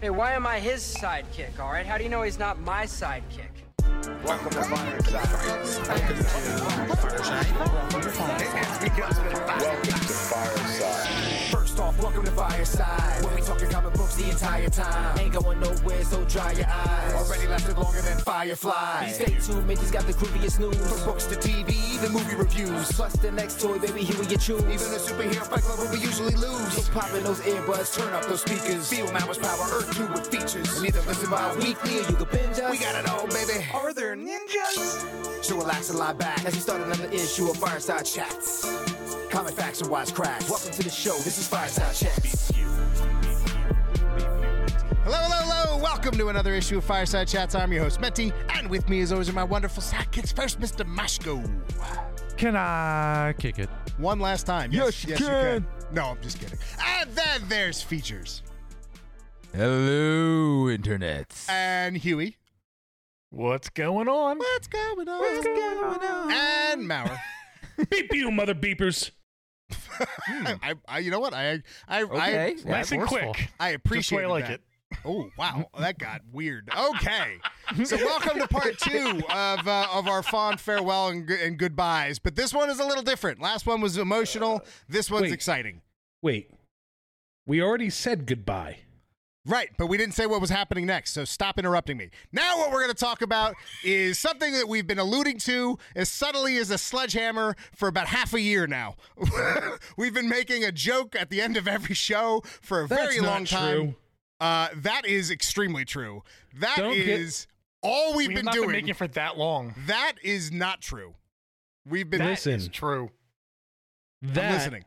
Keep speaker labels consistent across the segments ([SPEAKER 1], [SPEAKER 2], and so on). [SPEAKER 1] Hey, why am I his sidekick, all right? How do you know he's not my sidekick?
[SPEAKER 2] Welcome to Fireside. Welcome to Fireside.
[SPEAKER 3] First off, welcome to Fireside. When we talking comic books the entire time. Ain't going nowhere, so dry your eyes. Already lasted longer than Firefly. Stay tuned, Mitch's got the creepiest news. From books to TV, the movie reviews. Plus the next toy, baby, here we get choose. Even the superhero fight club where we usually lose. So pop in those earbuds, turn up those speakers. Feel Mama's power, Earth 2 with features. And either listen bi-weekly or you can binge us. We got it all, baby. Are there ninjas? So relax and lie back as we start another issue of Fireside Chats. Comic facts and wise cracks. Welcome to the show. This is Fireside Chats.
[SPEAKER 4] Hello, hello, hello. Welcome to another issue of Fireside Chats. I'm your host, Menti, and with me, as always, are my wonderful sidekicks. First, Mr. Mashko.
[SPEAKER 5] Can I kick it?
[SPEAKER 4] One last time.
[SPEAKER 5] Yes, you
[SPEAKER 4] No, I'm just kidding. And then there's Features.
[SPEAKER 6] Hello, internet.
[SPEAKER 4] And Huey.
[SPEAKER 5] What's going on?
[SPEAKER 4] What's going on? What's going on? And Mauer.
[SPEAKER 7] Beep you, mother beepers.
[SPEAKER 4] I, I, you know what? I, I,
[SPEAKER 6] Okay.
[SPEAKER 4] I,
[SPEAKER 7] Nice and
[SPEAKER 5] forceful.
[SPEAKER 7] quick.
[SPEAKER 4] I
[SPEAKER 5] Just the
[SPEAKER 4] appreciate
[SPEAKER 5] way I like it.
[SPEAKER 4] Oh wow, that got weird. Okay, so welcome to part two of uh, of our fond farewell and, g- and goodbyes. But this one is a little different. Last one was emotional. This one's
[SPEAKER 7] wait.
[SPEAKER 4] exciting.
[SPEAKER 7] Wait. We already said goodbye.
[SPEAKER 4] Right, but we didn't say what was happening next, so stop interrupting me. Now, what we're going to talk about is something that we've been alluding to as subtly as a sledgehammer for about half a year now. we've been making a joke at the end of every show for a very
[SPEAKER 7] That's not
[SPEAKER 4] long time.
[SPEAKER 7] true.
[SPEAKER 4] Uh, that is extremely true. That
[SPEAKER 7] Don't
[SPEAKER 4] is
[SPEAKER 7] get-
[SPEAKER 4] all we've
[SPEAKER 5] We've
[SPEAKER 4] been
[SPEAKER 5] not
[SPEAKER 4] doing.
[SPEAKER 5] been making it for that long.
[SPEAKER 4] that is not true. We've been
[SPEAKER 7] That Listen.
[SPEAKER 5] It's true.
[SPEAKER 4] I'm
[SPEAKER 7] That,
[SPEAKER 4] listening.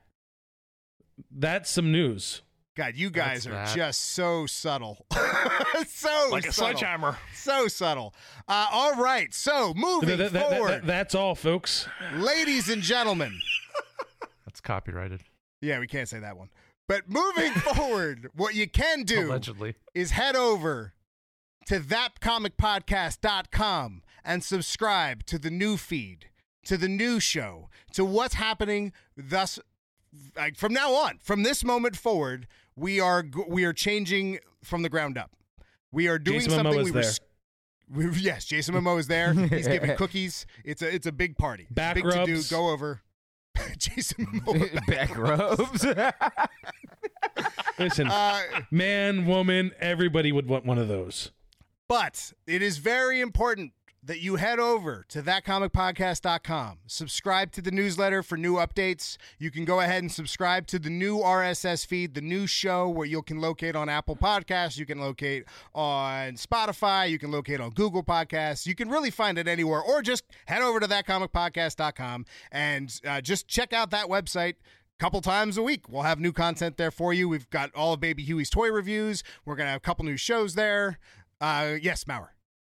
[SPEAKER 7] That's some news.
[SPEAKER 4] God, you guys
[SPEAKER 5] That's that.
[SPEAKER 4] are just so subtle. so
[SPEAKER 5] Like a
[SPEAKER 4] subtle.
[SPEAKER 5] sledgehammer.
[SPEAKER 4] So subtle. Uh, all right. So moving
[SPEAKER 7] Th- th- th- th-
[SPEAKER 4] forward,
[SPEAKER 7] that's all, folks.
[SPEAKER 4] ladies and gentlemen.
[SPEAKER 8] That's copyrighted,
[SPEAKER 4] Yeah, we can't say that one. But moving forward, what you can do
[SPEAKER 8] allegedly.
[SPEAKER 4] is head over to thatcomicpodcast.com and subscribe to the new feed, to the new show, to what's happening thus like from now on, from this moment forward, we are g- we are changing from the ground up. We are doing
[SPEAKER 7] Jason
[SPEAKER 4] something
[SPEAKER 7] Momoa's
[SPEAKER 4] we were
[SPEAKER 7] there.
[SPEAKER 4] s- we- yes, Jason Momoa is there. He's giving cookies. It's a it's a big party. It's a
[SPEAKER 7] Back
[SPEAKER 4] big to do.
[SPEAKER 7] rubs.
[SPEAKER 4] Go over. Jason Momoa.
[SPEAKER 6] Back rubs.
[SPEAKER 7] Listen,
[SPEAKER 4] Uh,
[SPEAKER 7] man, woman, everybody would want one of those.
[SPEAKER 4] But it is very important that you head over to thatcomicpodcast.com. Subscribe to the newsletter for new updates. You can go ahead and subscribe to the new RSS feed, the new show where you can locate on Apple Podcasts, you can locate on Spotify, you can locate on Google Podcasts. You can really find it anywhere or just head over to thatcomicpodcast.com and uh, just check out that website couple times a week. We'll have new content there for you. We've got all of Baby Huey's toy reviews. We're going to have a couple new shows there. Uh, yes, Maurer.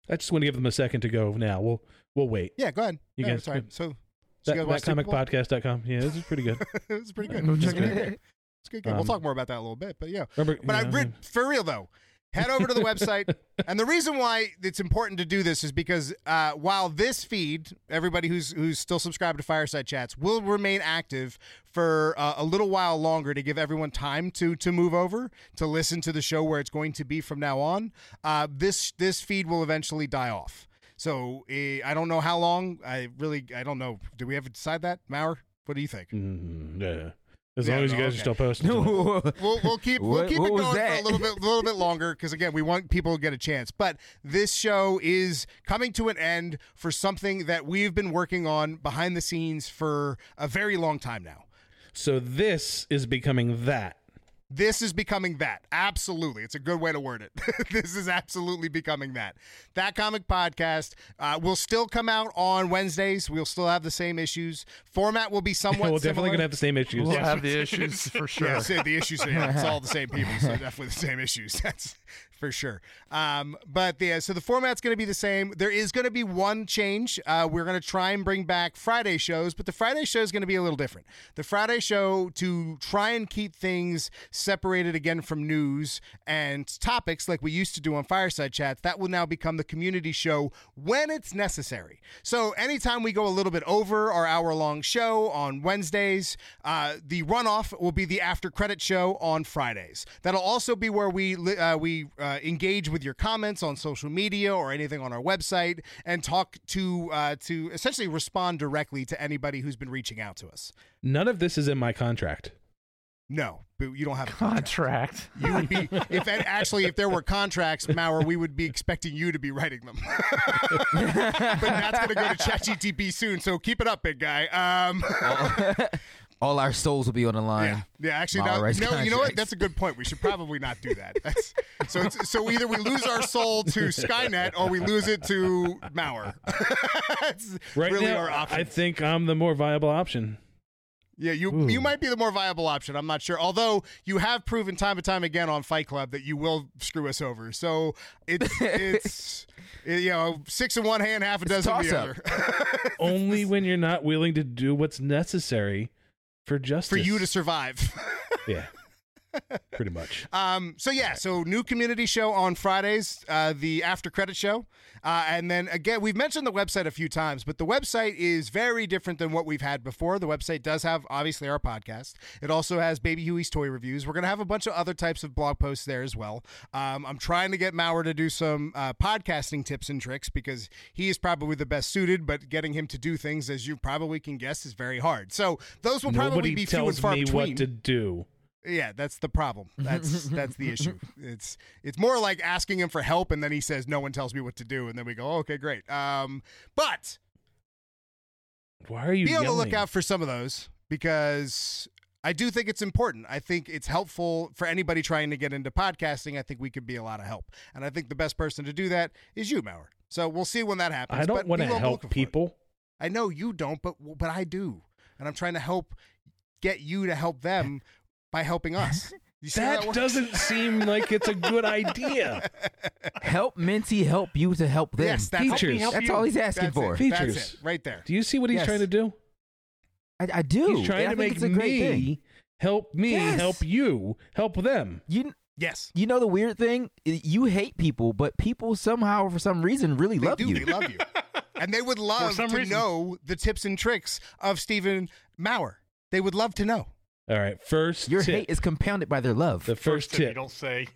[SPEAKER 7] I just want to give them a second to go now. We'll we'll wait.
[SPEAKER 4] Yeah, go ahead.
[SPEAKER 7] You
[SPEAKER 4] yeah,
[SPEAKER 7] guys-
[SPEAKER 4] sorry. So, so
[SPEAKER 7] That,
[SPEAKER 4] you guys watch Super Bowl?
[SPEAKER 7] thatcomicpodcast.com. Yeah, this is pretty good.
[SPEAKER 4] it was pretty good.
[SPEAKER 8] Go
[SPEAKER 4] It's a
[SPEAKER 8] check it
[SPEAKER 4] good
[SPEAKER 8] out.
[SPEAKER 4] game. It's a good game. we'll
[SPEAKER 7] Um,
[SPEAKER 4] talk more about that in a little bit, but yeah.
[SPEAKER 7] Remember,
[SPEAKER 4] But
[SPEAKER 7] you
[SPEAKER 4] I
[SPEAKER 7] know,
[SPEAKER 4] read for real though. Head over to the website, and the reason why it's important to do this is because uh, while this feed, everybody who's who's still subscribed to Fireside Chats will remain active for uh, a little while longer to give everyone time to to move over to listen to the show where it's going to be from now on. Uh, this this feed will eventually die off. So eh, I don't know how long. I really I don't know. Do we ever decide that, Maurer? What do you think?
[SPEAKER 7] Mm, yeah. As
[SPEAKER 4] Yeah,
[SPEAKER 7] long as
[SPEAKER 4] no,
[SPEAKER 7] you guys
[SPEAKER 4] okay.
[SPEAKER 7] are still posting. to it.
[SPEAKER 6] No.
[SPEAKER 4] we'll, we'll keep we'll
[SPEAKER 6] What-
[SPEAKER 4] keep it
[SPEAKER 6] what was
[SPEAKER 4] going for a
[SPEAKER 6] that?
[SPEAKER 4] little bit a little bit longer because again we want people to get a chance. But this show is coming to an end for something that we've been working on behind the scenes for a very long time now.
[SPEAKER 7] So this is becoming that.
[SPEAKER 4] This is becoming that. Absolutely. It's a good way to word it. this is absolutely becoming that. That comic podcast uh, will still come out on Wednesdays. We'll still have the same issues. Format will be somewhat
[SPEAKER 7] we're
[SPEAKER 4] similar.
[SPEAKER 7] definitely going to have the same issues.
[SPEAKER 8] We'll have the issues for sure.
[SPEAKER 4] Yeah, so the issues. Yeah, it's all the same people, so definitely the same issues. That's for sure. Um, but the so the format's going to be the same. There is going to be one change. Uh, we're going to try and bring back Friday shows, but the Friday show is going to be a little different. The Friday show to try and keep things separated again from news and topics like we used to do on Fireside Chats. That will now become the community show when it's necessary. So anytime we go a little bit over our hour long show on Wednesdays, uh, the runoff will be the after credit show on Fridays. That'll also be where we li- uh, we uh, engage with your comments on social media or anything on our website and talk to uh, to essentially respond directly to anybody who's been reaching out to us.
[SPEAKER 7] None of this is in my contract.
[SPEAKER 4] No, but you don't have a contract.
[SPEAKER 8] Contract.
[SPEAKER 4] You would be if and actually if there were contracts, Maurer, we would be expecting you to be writing them. but that's going to go to ChatGTP soon, so keep it up, big guy. Um,
[SPEAKER 6] All our souls will be on the
[SPEAKER 4] yeah,
[SPEAKER 6] line.
[SPEAKER 4] yeah. Actually,
[SPEAKER 6] Oh, Maurer
[SPEAKER 4] now,
[SPEAKER 6] writes
[SPEAKER 4] no. You know what?
[SPEAKER 6] contracts.
[SPEAKER 4] That's a good point. We should probably not do that. That's, so, it's, so either we lose our soul to Skynet or we lose it to Maurer. That's
[SPEAKER 7] Right
[SPEAKER 4] really
[SPEAKER 7] now,
[SPEAKER 4] our option.
[SPEAKER 7] I think I'm the more viable option.
[SPEAKER 4] Yeah, you you might be the more viable option. I'm not sure. Although you have proven time and time again on Fight Club that you will screw us over. So it's it's you know six in one hand, half a dozen in the
[SPEAKER 6] toss-up.
[SPEAKER 4] other.
[SPEAKER 7] Only when you're not willing to do what's necessary for justice.
[SPEAKER 4] For you to survive.
[SPEAKER 7] yeah, pretty much.
[SPEAKER 4] Um, so yeah, so new community show on Fridays, uh, the after credit show, uh, and then again we've mentioned the website a few times, but the website is very different than what we've had before. The website does have obviously our podcast. It also has Baby Huey's toy reviews. We're gonna have a bunch of other types of blog posts there as well. Um, I'm trying to get Maurer to do some uh, podcasting tips and tricks because he is probably the best suited, but getting him to do things as you probably can guess is very hard. So those will probably
[SPEAKER 7] Nobody
[SPEAKER 4] be few and
[SPEAKER 7] tells
[SPEAKER 4] far
[SPEAKER 7] me
[SPEAKER 4] between.
[SPEAKER 7] what to do.
[SPEAKER 4] Yeah, that's the problem. That's that's the issue. It's it's more like asking him for help, and then he says, "No one tells me what to do," and then we go, oh, "Okay, great." Um, but
[SPEAKER 7] Why are you
[SPEAKER 4] be on the
[SPEAKER 7] yelling?
[SPEAKER 4] lookout for some of those because I do think it's important. I think it's helpful for anybody trying to get into podcasting. I think we could be a lot of help, and I think the best person to do that is you, Maurer. So we'll see when that happens.
[SPEAKER 7] I
[SPEAKER 4] but
[SPEAKER 7] don't want
[SPEAKER 4] be
[SPEAKER 7] to
[SPEAKER 4] on the lookout
[SPEAKER 7] help
[SPEAKER 4] for it.
[SPEAKER 7] people.
[SPEAKER 4] I know you don't, but but I do, and I'm trying to help get you to help them by helping us. You see how
[SPEAKER 7] That,
[SPEAKER 4] works?
[SPEAKER 7] doesn't seem like it's a good idea.
[SPEAKER 6] Help Minty help you to help them.
[SPEAKER 4] Yes, that's
[SPEAKER 7] Features.
[SPEAKER 4] help me help
[SPEAKER 6] That's
[SPEAKER 4] you.
[SPEAKER 6] all he's asking
[SPEAKER 4] That's
[SPEAKER 6] for.
[SPEAKER 4] It.
[SPEAKER 7] Features.
[SPEAKER 4] That's it. right there.
[SPEAKER 7] Do you see what he's
[SPEAKER 6] Yes.
[SPEAKER 7] trying to do?
[SPEAKER 6] I, I do.
[SPEAKER 7] he's trying
[SPEAKER 6] I
[SPEAKER 7] to make
[SPEAKER 6] think it's a great thing.
[SPEAKER 7] me help me
[SPEAKER 6] Yes.
[SPEAKER 7] help you help them.
[SPEAKER 6] You
[SPEAKER 4] Yes,
[SPEAKER 6] you know the weird thing? You hate people, but people somehow for some reason really
[SPEAKER 4] they
[SPEAKER 6] love
[SPEAKER 4] do.
[SPEAKER 6] you.
[SPEAKER 4] They love you, and they would love to
[SPEAKER 8] some reason.
[SPEAKER 4] know the tips and tricks of Stephen Maurer. They would love to know.
[SPEAKER 7] All right, first
[SPEAKER 6] Your
[SPEAKER 7] tip.
[SPEAKER 6] hate is compounded by their love.
[SPEAKER 7] the first,
[SPEAKER 8] tip. You
[SPEAKER 7] tip.
[SPEAKER 8] don't say.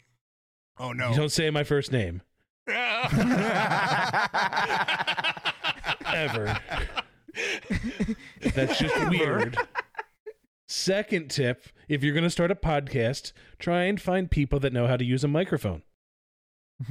[SPEAKER 4] Oh no!
[SPEAKER 7] You don't say my first name ever. That's just weird. Second tip if you're going to start a podcast, try and find people that know how to use a microphone.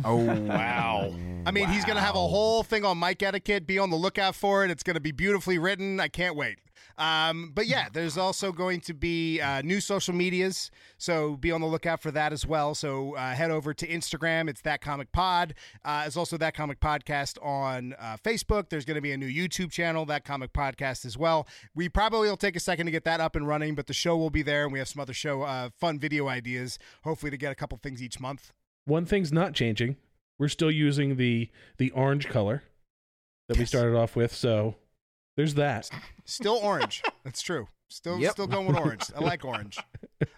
[SPEAKER 6] oh wow.
[SPEAKER 4] I mean, he's going to have a whole thing on mic etiquette. Be on the lookout for it. It's going to be beautifully written. I can't wait. Um, but yeah, there's also going to be uh, new social medias, so be on the lookout for that as well. So uh, head over to Instagram. It's that comic pod. Uh, it's also that comic podcast on uh, Facebook. There's going to be a new YouTube channel, that comic podcast as well. We probably will take a second to get that up and running, but the show will be there, and we have some other show uh, fun video ideas. Hopefully, to get a couple things each month.
[SPEAKER 7] One thing's not changing. We're still using the the orange color that we started off with, so there's that.
[SPEAKER 4] Still orange. That's true. Still,
[SPEAKER 6] Yep.
[SPEAKER 4] still going with orange. I like orange.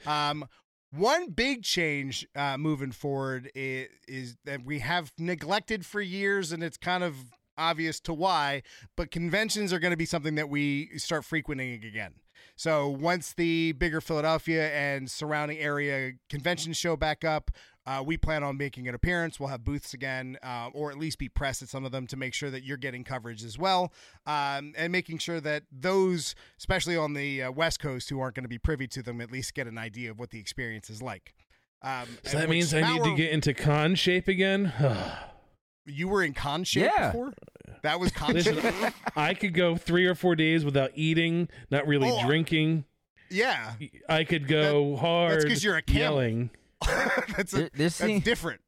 [SPEAKER 4] Um, one big change uh, moving forward is, is that we have neglected for years, and it's kind of obvious to why. But conventions are going to be something that we start frequenting again. So once the bigger Philadelphia and surrounding area conventions show back up, uh, we plan on making an appearance. We'll have booths again, uh, or at least be pressed at some of them to make sure that you're getting coverage as well, um, and making sure that those, especially on the uh, West Coast, who aren't going to be privy to them, at least get an idea of what the experience is like. Um,
[SPEAKER 7] So that
[SPEAKER 4] and which
[SPEAKER 7] means I need to
[SPEAKER 4] Maurer-
[SPEAKER 7] get into con shape again.
[SPEAKER 4] You were in con shape
[SPEAKER 6] Yeah.
[SPEAKER 4] before. That was con
[SPEAKER 7] Listen,
[SPEAKER 4] shape.
[SPEAKER 7] I could go three or four days without eating, not really
[SPEAKER 4] Oh, I-
[SPEAKER 7] drinking.
[SPEAKER 4] yeah,
[SPEAKER 7] I could go hard.
[SPEAKER 4] that's 'cause you're a camel.
[SPEAKER 7] yelling.
[SPEAKER 4] that's a,
[SPEAKER 6] Th- this
[SPEAKER 4] that's
[SPEAKER 6] thing-
[SPEAKER 4] different.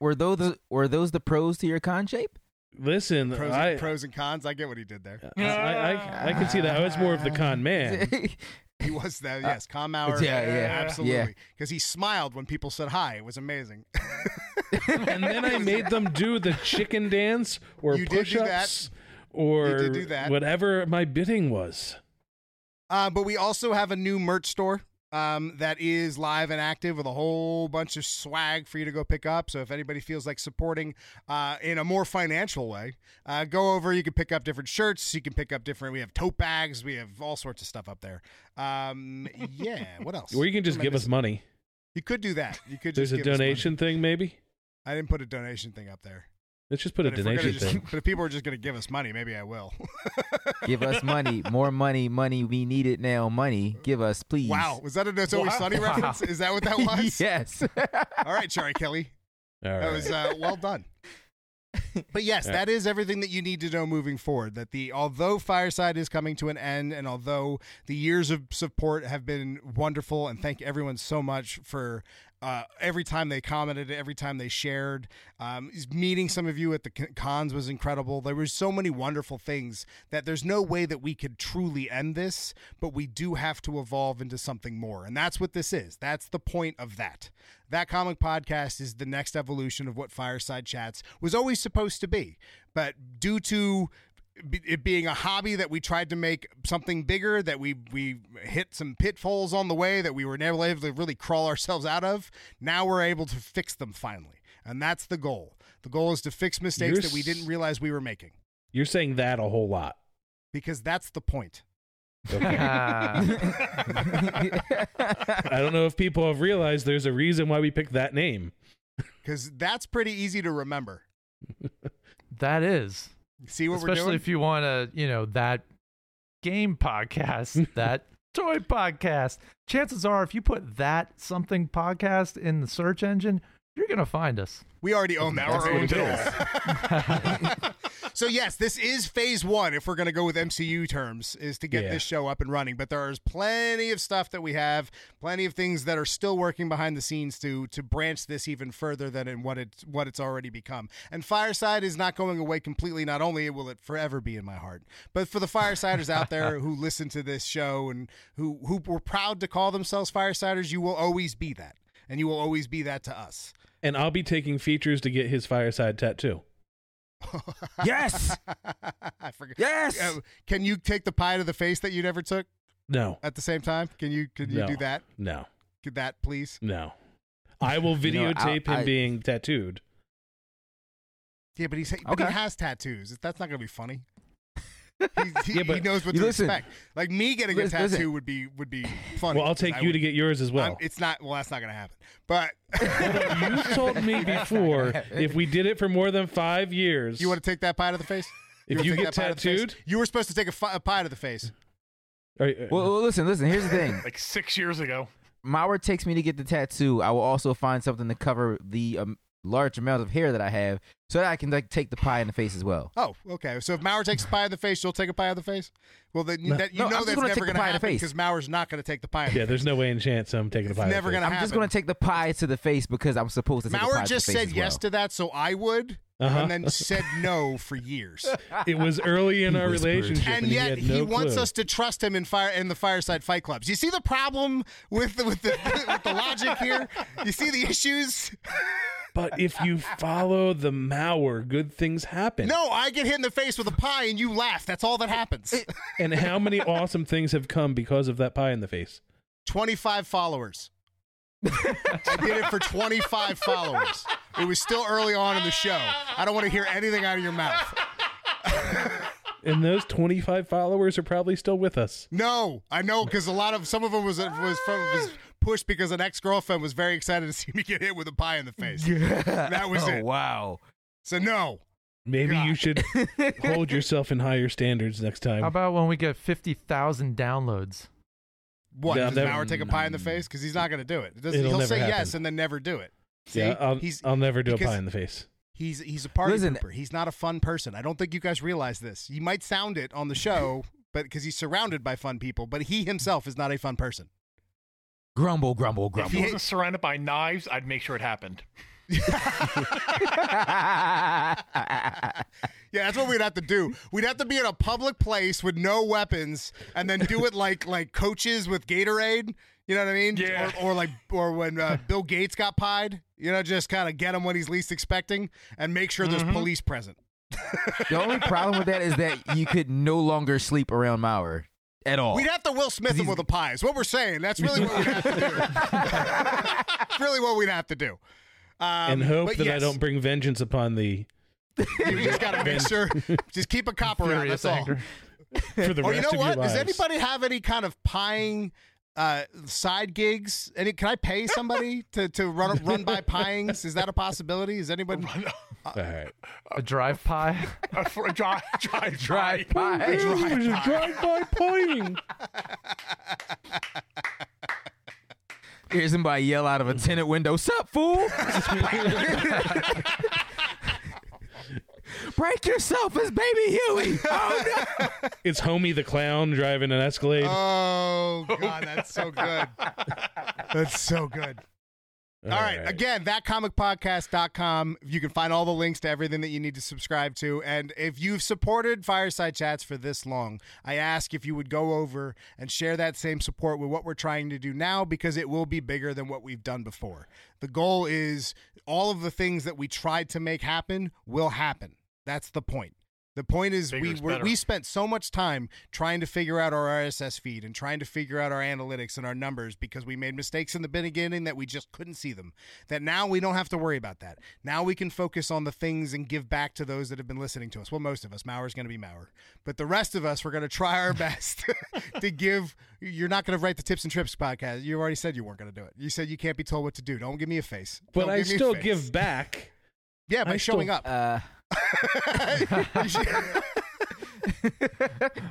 [SPEAKER 6] were those were those the pros to your con shape?
[SPEAKER 7] Listen,
[SPEAKER 4] pros,
[SPEAKER 7] I,
[SPEAKER 4] pros and cons. I get what he did there.
[SPEAKER 7] I, I, I, I can see that. I was more of the con man.
[SPEAKER 4] He was that,
[SPEAKER 7] Uh,
[SPEAKER 4] yes, calm hour.
[SPEAKER 6] yeah, yeah, yeah.
[SPEAKER 4] absolutely. Because he smiled when people said hi. It was amazing.
[SPEAKER 7] And then I made them do the chicken dance or
[SPEAKER 4] You did
[SPEAKER 7] push
[SPEAKER 4] do that.
[SPEAKER 7] ups or
[SPEAKER 4] You did do that.
[SPEAKER 7] whatever my bidding was.
[SPEAKER 4] Uh, but we also have a new merch store. um, that is live and active with a whole bunch of swag for you to go pick up. So if anybody feels like supporting uh, in a more financial way, uh, go over. You can pick up different shirts. You can pick up different. We have tote bags. We have all sorts of stuff up there. Um, yeah. What else?
[SPEAKER 7] Or you can just
[SPEAKER 4] What am I
[SPEAKER 7] give us
[SPEAKER 4] missing?
[SPEAKER 7] money.
[SPEAKER 4] You could do that. You could.
[SPEAKER 7] There's
[SPEAKER 4] just
[SPEAKER 7] a
[SPEAKER 4] give us money.
[SPEAKER 7] donation thing, maybe.
[SPEAKER 4] I didn't put a donation thing up there.
[SPEAKER 7] Let's just put a
[SPEAKER 4] But if we're gonna
[SPEAKER 7] donation
[SPEAKER 4] just-
[SPEAKER 7] thing.
[SPEAKER 4] but if people are just going to give us money, maybe I will.
[SPEAKER 6] Give us money, more money, money. We need it now. Money, give us, please.
[SPEAKER 4] Wow, was that a It's Always
[SPEAKER 8] Wow.
[SPEAKER 4] Sunny reference? Is that what that was?
[SPEAKER 6] yes.
[SPEAKER 4] All right, Charlie Kelly,
[SPEAKER 7] All right.
[SPEAKER 4] that was uh, well done. But yes,
[SPEAKER 7] All right.
[SPEAKER 4] that is everything that you need to know moving forward. That the although Fireside is coming to an end, and although the years of support have been wonderful, and thank everyone so much for uh, every time they commented, every time they shared, um, meeting some of you at the con- cons was incredible. There were so many wonderful things that there's no way that we could truly end this, but we do have to evolve into something more, and that's what this is. That's the point of that. That comic podcast is the next evolution of what Fireside Chats was always supposed to be. But due to b- it being a hobby that we tried to make something bigger, that we we hit some pitfalls on the way that we were never able to really crawl ourselves out of, now we're able to fix them finally. And that's the goal. The goal is to fix mistakes
[SPEAKER 7] You're
[SPEAKER 4] that we didn't
[SPEAKER 7] s-
[SPEAKER 4] realize we were making
[SPEAKER 7] You're saying that a whole lot.
[SPEAKER 4] because that's the point.
[SPEAKER 8] Uh,
[SPEAKER 7] I don't know if people have realized there's a reason why we picked that name.
[SPEAKER 4] Because that's pretty easy to remember.
[SPEAKER 8] that is.
[SPEAKER 4] See what we're
[SPEAKER 8] Especially
[SPEAKER 4] doing?
[SPEAKER 8] if you want to, you know, that game podcast, that toy podcast. Chances are, if you put that something podcast in the search engine, you're going to find us.
[SPEAKER 4] We already own that.
[SPEAKER 8] That's
[SPEAKER 4] We're
[SPEAKER 8] what
[SPEAKER 4] owned
[SPEAKER 8] it
[SPEAKER 4] it all. so yes, this is phase one. If we're going to go with MCU terms, is to get
[SPEAKER 7] Yeah.
[SPEAKER 4] this show up and running. But there is plenty of stuff that we have, plenty of things that are still working behind the scenes to to branch this even further than in what it's what it's already become. And Fireside is not going away completely. Not only will it forever be in my heart, but for the Firesiders out there who listen to this show and who who were proud to call themselves Firesiders, you will always be that, and you will always be that to us.
[SPEAKER 7] And I'll be taking features to get his fireside tattoo.
[SPEAKER 6] Yes!
[SPEAKER 4] I forgot.
[SPEAKER 6] Yes!
[SPEAKER 4] Uh, can you take the pie to the face that you never took
[SPEAKER 7] No.
[SPEAKER 4] at the same time? Can you can you
[SPEAKER 7] No.
[SPEAKER 4] do that?
[SPEAKER 7] No.
[SPEAKER 4] Could that please?
[SPEAKER 7] No. I will
[SPEAKER 6] You know, I-
[SPEAKER 7] videotape him
[SPEAKER 6] I-
[SPEAKER 7] being tattooed.
[SPEAKER 4] Yeah, but he's but he
[SPEAKER 6] Okay.
[SPEAKER 4] has tattoos. That's not going to be funny. He's, he,
[SPEAKER 7] Yeah, but-
[SPEAKER 4] he knows what
[SPEAKER 6] You
[SPEAKER 4] to
[SPEAKER 6] listen.
[SPEAKER 4] expect. Like me getting
[SPEAKER 6] Listen,
[SPEAKER 4] a tattoo
[SPEAKER 6] listen.
[SPEAKER 4] would be would be funny.
[SPEAKER 7] Well, I'll
[SPEAKER 4] and
[SPEAKER 7] take
[SPEAKER 4] I
[SPEAKER 7] you to
[SPEAKER 4] would-
[SPEAKER 7] get yours as
[SPEAKER 4] I'm-
[SPEAKER 7] well.
[SPEAKER 4] it's not well. That's not going to happen. But
[SPEAKER 7] you told me before if we did it for more than five years,
[SPEAKER 4] you want to take that pie to the face?
[SPEAKER 7] if
[SPEAKER 4] wanna
[SPEAKER 7] you
[SPEAKER 4] take
[SPEAKER 7] get
[SPEAKER 4] that pie to the face?
[SPEAKER 7] tattooed,
[SPEAKER 4] you were supposed to take a, fi- a pie to the face.
[SPEAKER 7] Are you-
[SPEAKER 6] well, well, listen, listen. Here's the thing.
[SPEAKER 8] Like six years ago.
[SPEAKER 6] Mauer takes me to get the tattoo. I will also find something to cover the um, large amount of hair that I have, so that I can like take the pie in the face as well.
[SPEAKER 4] Oh, okay. So if Maurer takes a pie in the face, you'll take a pie in the face. Well, then you,
[SPEAKER 7] No.
[SPEAKER 4] that, you
[SPEAKER 6] No, I'm
[SPEAKER 4] know
[SPEAKER 6] just
[SPEAKER 4] that's
[SPEAKER 6] gonna
[SPEAKER 4] never
[SPEAKER 6] take the
[SPEAKER 4] going to
[SPEAKER 6] pie in the
[SPEAKER 4] happen
[SPEAKER 6] face.
[SPEAKER 4] because Maurer's not going to take the pie. In the
[SPEAKER 7] yeah, there's no way in chance I'm taking a
[SPEAKER 4] It's
[SPEAKER 7] pie.
[SPEAKER 4] never
[SPEAKER 7] going
[SPEAKER 4] gonna
[SPEAKER 7] to
[SPEAKER 6] I'm just
[SPEAKER 4] happen.
[SPEAKER 6] gonna take the pie to the face because I'm supposed to. Take the
[SPEAKER 4] Maurer
[SPEAKER 6] pie
[SPEAKER 4] just
[SPEAKER 6] to the
[SPEAKER 4] said
[SPEAKER 6] face as
[SPEAKER 4] yes
[SPEAKER 6] well.
[SPEAKER 4] to that, so I would,
[SPEAKER 7] Uh-huh.
[SPEAKER 4] and then said no for years.
[SPEAKER 7] It was early in
[SPEAKER 8] He
[SPEAKER 7] our
[SPEAKER 8] whispered.
[SPEAKER 7] relationship, and,
[SPEAKER 4] and yet
[SPEAKER 7] he, had no
[SPEAKER 4] wants
[SPEAKER 7] clue.
[SPEAKER 4] us to trust him in fire in the fireside fight clubs. You see the problem with the, with the with the logic here. You see the issues.
[SPEAKER 7] But if you follow the Mauer, good things happen.
[SPEAKER 4] No, I get hit in the face with a pie, and you laugh. That's all that happens.
[SPEAKER 7] And how many awesome things have come because of that pie in the face?
[SPEAKER 4] Twenty five followers. I did it for twenty five followers. It was still early on in the show. I don't want to hear anything out of your mouth.
[SPEAKER 7] And those 25 followers are probably still with us.
[SPEAKER 4] No, I know because a lot of some of them was was from was pushed because an ex girlfriend was very excited to see me get hit with a pie in the face. That was
[SPEAKER 6] oh,
[SPEAKER 4] it.
[SPEAKER 6] Wow.
[SPEAKER 4] So no,
[SPEAKER 7] Maybe you
[SPEAKER 4] God.
[SPEAKER 7] should hold yourself in higher standards next time.
[SPEAKER 8] How about when we get 50,000 downloads?
[SPEAKER 4] what
[SPEAKER 7] No,
[SPEAKER 4] does
[SPEAKER 7] that- Mm.
[SPEAKER 4] Mauer take a pie in the face because he's not going to do it. it doesn't,
[SPEAKER 7] It'll
[SPEAKER 4] he'll
[SPEAKER 7] never
[SPEAKER 4] say
[SPEAKER 7] happen.
[SPEAKER 4] yes and then never do it. See,
[SPEAKER 7] yeah, I'll,
[SPEAKER 4] he's
[SPEAKER 7] I'll never do a
[SPEAKER 4] because-
[SPEAKER 7] pie in the face.
[SPEAKER 4] he's he's a party
[SPEAKER 6] Listen-
[SPEAKER 4] pooper. He's not a fun person. I don't think you guys realize this. You might sound it on the show, but because he's surrounded by fun people, but he himself is not a fun person.
[SPEAKER 6] Grumble, grumble,
[SPEAKER 4] If
[SPEAKER 6] grumble.
[SPEAKER 4] he-
[SPEAKER 9] surrounded by knives, I'd make sure it happened.
[SPEAKER 4] Yeah, that's what we'd have to do. We'd have to be in a public place with no weapons, and then do it like like coaches with Gatorade. You know what I mean?
[SPEAKER 9] Yeah.
[SPEAKER 4] Or, or like or when uh, Bill Gates got pied. You know, just kind of get him when he's least expecting, and make sure there's police present.
[SPEAKER 6] the only problem with that is that you could no longer sleep around Mauer at all.
[SPEAKER 4] We'd have to Will Smith him with a pie. Is what we're saying. That's really what we'd have to do. It's really what we'd have to do. Um,
[SPEAKER 7] and hope
[SPEAKER 4] but
[SPEAKER 7] that I
[SPEAKER 4] yes,
[SPEAKER 7] don't bring vengeance upon thee
[SPEAKER 4] You just got to make sure. Just keep a cop around.
[SPEAKER 8] Furious
[SPEAKER 4] That's all.
[SPEAKER 8] anger.
[SPEAKER 7] for the
[SPEAKER 4] Or Oh,
[SPEAKER 7] rest
[SPEAKER 4] you know
[SPEAKER 7] of your
[SPEAKER 4] what?
[SPEAKER 7] lives.
[SPEAKER 4] Does anybody have any kind of pieing uh, side gigs? Any? Can I pay somebody to to run run by pieings? Is that a possibility? Is anybody?
[SPEAKER 7] All right.
[SPEAKER 8] A drive pie.
[SPEAKER 9] Uh, for a dry, dry, dry.
[SPEAKER 6] Drive by.
[SPEAKER 7] It was a drive-by playing.
[SPEAKER 6] Hear somebody yell out of a tenant window, "Sup, fool! Break yourself as Baby Huey." Oh no!
[SPEAKER 7] It's Homie the Clown driving an Escalade.
[SPEAKER 4] Oh God, that's so good. That's so good. all right. Again, thatcomicpodcast.com. You can find all the links to everything that you need to subscribe to. And if you've supported Fireside Chats for this long, I ask if you would go over and share that same support with what we're trying to do now because it will be bigger than what we've done before. The goal is all of the things that we tried to make happen will happen. That's the point. The point is,
[SPEAKER 9] Bigger
[SPEAKER 4] we
[SPEAKER 9] is
[SPEAKER 4] were,
[SPEAKER 9] better.
[SPEAKER 4] we spent so much time trying to figure out our RSS feed and trying to figure out our analytics and our numbers because we made mistakes in the beginning that we just couldn't see them. That now we don't have to worry about that. Now we can focus on the things and give back to those that have been listening to us. Well, most of us. Maurer's going to be Maurer, but the rest of us, we're going to try our best to give. You're not going to write the tips and trips podcast. You already said you weren't going to do it. You said you can't be told what to do. Don't give me a face.
[SPEAKER 7] but
[SPEAKER 4] Don't
[SPEAKER 7] I
[SPEAKER 4] give me a
[SPEAKER 7] still
[SPEAKER 4] face.
[SPEAKER 7] give back.
[SPEAKER 4] Yeah, by
[SPEAKER 7] I still-
[SPEAKER 4] showing up.
[SPEAKER 6] Uh,
[SPEAKER 7] I have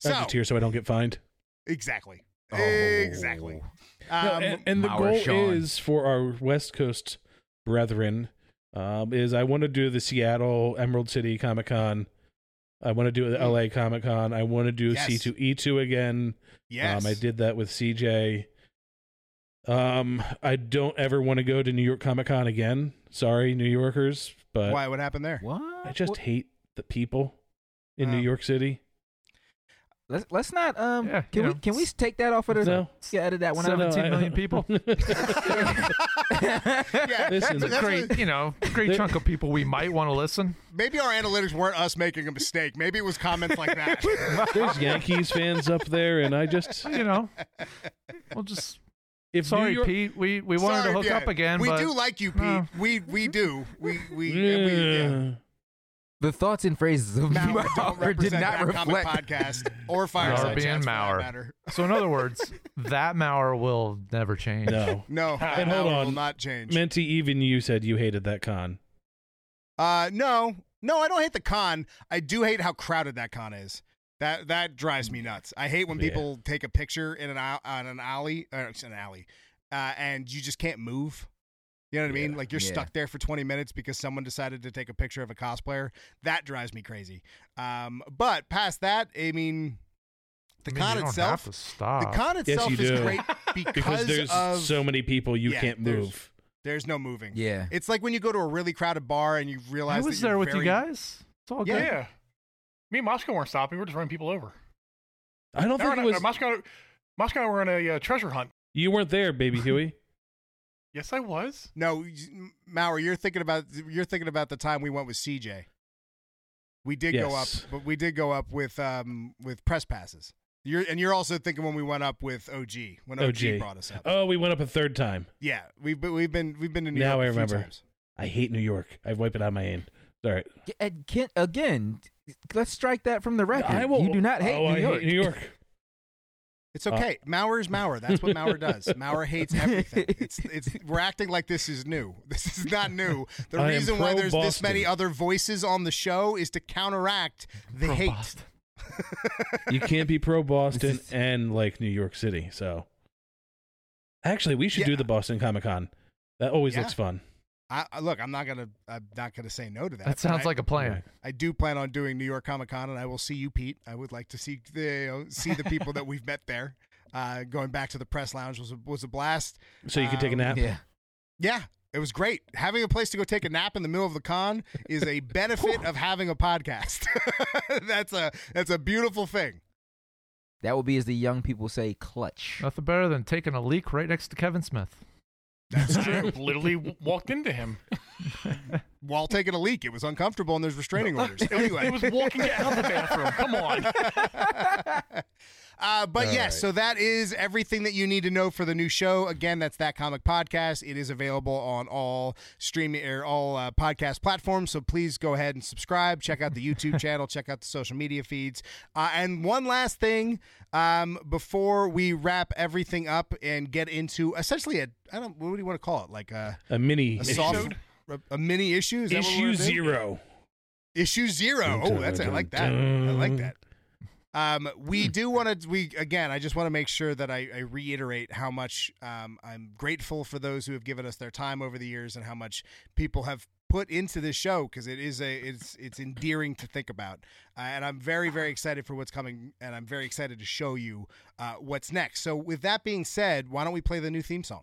[SPEAKER 4] so
[SPEAKER 7] to tear so I don't get fined.
[SPEAKER 4] exactly, exactly. Um,
[SPEAKER 8] Oh.
[SPEAKER 7] No, and, and the
[SPEAKER 6] Mauer
[SPEAKER 7] goal
[SPEAKER 6] Sean.
[SPEAKER 7] is for our West Coast brethren um, is I want to do the Seattle Emerald City Comic Con. I want to do the LA Comic Con. I want to do
[SPEAKER 4] Hmm. Yes.
[SPEAKER 7] C2E2 again.
[SPEAKER 4] yes,
[SPEAKER 7] Um, I did that with CJ. Um, I don't ever want to go to New York Comic Con again. Sorry, New Yorkers, but
[SPEAKER 4] Why? What happened there?
[SPEAKER 6] what?
[SPEAKER 7] I just hate the people in
[SPEAKER 4] Oh.
[SPEAKER 7] New York City.
[SPEAKER 6] let's let's not. Um,
[SPEAKER 8] Yeah, you
[SPEAKER 6] can we
[SPEAKER 8] know.
[SPEAKER 6] can we take that off of the?
[SPEAKER 7] No.
[SPEAKER 6] Yeah, edit that one
[SPEAKER 7] So,
[SPEAKER 6] out.
[SPEAKER 7] no,
[SPEAKER 8] 17
[SPEAKER 7] I-
[SPEAKER 8] million people.
[SPEAKER 4] Yeah,
[SPEAKER 7] Listen,
[SPEAKER 8] That's a
[SPEAKER 4] That's
[SPEAKER 8] great,
[SPEAKER 4] what-
[SPEAKER 8] you know, great
[SPEAKER 7] They-
[SPEAKER 8] chunk of people we might want to listen.
[SPEAKER 4] maybe our analytics weren't us making a mistake. Maybe it was comments like that.
[SPEAKER 7] there's Yankees fans up there, and I just
[SPEAKER 8] You know, we'll just.
[SPEAKER 7] if
[SPEAKER 8] Sorry,
[SPEAKER 7] New York,
[SPEAKER 8] Pete. We we wanted
[SPEAKER 4] Sorry,
[SPEAKER 8] to hook
[SPEAKER 4] yeah.
[SPEAKER 8] up again,
[SPEAKER 4] We
[SPEAKER 8] but
[SPEAKER 4] do like you, Pete.
[SPEAKER 8] no.
[SPEAKER 4] We we do. We we, we yeah.
[SPEAKER 6] the thoughts and phrases of
[SPEAKER 4] Now I don't
[SPEAKER 6] Maurer did
[SPEAKER 4] represent
[SPEAKER 6] not
[SPEAKER 4] that comic
[SPEAKER 6] reflect.
[SPEAKER 4] podcast or
[SPEAKER 8] Maurer
[SPEAKER 4] fireside
[SPEAKER 8] being
[SPEAKER 4] Chats for that
[SPEAKER 8] Maurer.
[SPEAKER 4] matter.
[SPEAKER 8] so in other words, that Maurer will never change.
[SPEAKER 7] no.
[SPEAKER 4] No, that
[SPEAKER 7] And hold
[SPEAKER 4] Maurer will
[SPEAKER 7] on.
[SPEAKER 4] not change.
[SPEAKER 7] Menti, even you said you hated that con.
[SPEAKER 4] Uh, no, no, I don't hate the con. I do hate how crowded that con is. That that drives me nuts. I hate when
[SPEAKER 7] Yeah.
[SPEAKER 4] people take a picture in an ou- on an alley or it's an alley, uh, and you just can't move. You know what I mean? Like you're
[SPEAKER 6] Yeah.
[SPEAKER 4] stuck there for 20 minutes because someone decided to take a picture of a cosplayer. That drives me crazy. Um, but past that, I mean, the
[SPEAKER 8] I mean,
[SPEAKER 4] con
[SPEAKER 8] you don't
[SPEAKER 4] itself,
[SPEAKER 8] Have to
[SPEAKER 4] the
[SPEAKER 8] stop.
[SPEAKER 4] con itself
[SPEAKER 7] you
[SPEAKER 4] is
[SPEAKER 7] do.
[SPEAKER 4] great because,
[SPEAKER 7] Because there's
[SPEAKER 4] of
[SPEAKER 7] so many people you
[SPEAKER 4] Yeah,
[SPEAKER 7] can't
[SPEAKER 4] there's-
[SPEAKER 7] move.
[SPEAKER 4] there's no moving.
[SPEAKER 6] Yeah.
[SPEAKER 4] It's like when you go to a really crowded bar and you realize
[SPEAKER 8] I
[SPEAKER 4] that
[SPEAKER 8] was
[SPEAKER 4] you're
[SPEAKER 8] there with you
[SPEAKER 4] very-
[SPEAKER 8] guys. It's all
[SPEAKER 4] Yeah.
[SPEAKER 8] good.
[SPEAKER 9] Yeah. Me and Moscow weren't stopping. We were just running people over.
[SPEAKER 7] I don't
[SPEAKER 9] No,
[SPEAKER 7] think
[SPEAKER 9] no,
[SPEAKER 7] it
[SPEAKER 9] no,
[SPEAKER 7] was.
[SPEAKER 9] Moscow, Moscow were on a uh, treasure hunt.
[SPEAKER 7] You weren't there, baby Huey.
[SPEAKER 9] Yes, I was.
[SPEAKER 4] No, you- Maurer, you're thinking about you're thinking about the time we went with CJ. We did go up,
[SPEAKER 7] Yes.
[SPEAKER 4] but we did go up with um with press passes. You're and you're also thinking when we went up with OG when OG,
[SPEAKER 7] OG.
[SPEAKER 4] brought us up.
[SPEAKER 7] Oh, we went up a third time.
[SPEAKER 4] Yeah, we've been, we've been we've been to New York
[SPEAKER 7] Now I
[SPEAKER 4] a few
[SPEAKER 7] remember.
[SPEAKER 4] times.
[SPEAKER 7] I hate New York. I wipe it out of my hand. All right.
[SPEAKER 6] And can, again, let's strike that from the record.
[SPEAKER 7] I will,
[SPEAKER 6] you do not hate
[SPEAKER 7] oh,
[SPEAKER 6] New
[SPEAKER 7] I
[SPEAKER 6] York.
[SPEAKER 7] Hate New York.
[SPEAKER 4] It's okay.
[SPEAKER 7] Uh,
[SPEAKER 4] Maurer's Maurer. That's what Maurer does. Maurer hates everything. It's it's we're acting like this is new. This is not new. The
[SPEAKER 7] I am
[SPEAKER 4] reason why there's this
[SPEAKER 7] pro-Boston.
[SPEAKER 4] many other voices on the show is to counteract the
[SPEAKER 8] Pro
[SPEAKER 4] hate.
[SPEAKER 8] Boston.
[SPEAKER 7] you can't be pro Boston
[SPEAKER 6] This is-
[SPEAKER 7] and like New York City. So, actually, we should
[SPEAKER 4] Yeah.
[SPEAKER 7] do the Boston Comic Con. That always
[SPEAKER 4] Yeah.
[SPEAKER 7] looks fun.
[SPEAKER 4] I, I- look, I'm not gonna I'm not gonna say no to that.
[SPEAKER 8] That sounds
[SPEAKER 4] I-
[SPEAKER 8] like a plan.
[SPEAKER 4] I do plan on doing New York Comic Con, and I will see you, Pete. I would like to see the you know, see the people that we've met there. Uh, going back to the press lounge was a, was a blast.
[SPEAKER 7] So you can take a
[SPEAKER 4] Um,
[SPEAKER 7] nap.
[SPEAKER 6] yeah.
[SPEAKER 4] Yeah, it was great. Having a place to go take a nap in the middle of the con is a benefit of having a podcast. that's a that's a beautiful thing.
[SPEAKER 6] That would be, as the young people say, clutch.
[SPEAKER 8] Nothing better than taking a leak right next to Kevin Smith.
[SPEAKER 9] That's true. literally w- walked into him.
[SPEAKER 4] while taking a leak. It was uncomfortable and there's restraining orders. Anyway.
[SPEAKER 9] He was walking out the bathroom. Come on.
[SPEAKER 4] Uh, but
[SPEAKER 7] All
[SPEAKER 4] yes,
[SPEAKER 7] right.
[SPEAKER 4] so that is everything that you need to know for the new show. Again, that's that comic podcast. It is available on all streaming or all uh, podcast platforms. So please go ahead and subscribe. Check out the YouTube channel. Check out the social media feeds. Uh, and one last thing um, before we wrap everything up and get into essentially a I don't what do you want to call it like a,
[SPEAKER 7] A mini
[SPEAKER 4] a
[SPEAKER 7] issue.
[SPEAKER 4] soft a, a mini issue is that what we're
[SPEAKER 7] issue
[SPEAKER 4] gonna do?
[SPEAKER 7] zero.
[SPEAKER 4] Issue zero.
[SPEAKER 7] Dun,
[SPEAKER 4] Oh, that's I
[SPEAKER 7] dun,
[SPEAKER 4] like that.
[SPEAKER 7] dun,
[SPEAKER 4] I like
[SPEAKER 7] dun. Hmm.
[SPEAKER 4] that. Um, we do want to. We again. I just want to make sure that I, I reiterate how much um, I'm grateful for those who have given us their time over the years, and how much people have put into this show because it is a it's it's endearing to think about. Uh, and I'm very very excited for what's coming, and I'm very excited to show you uh, what's next. So with that being said, why don't we play the new theme song?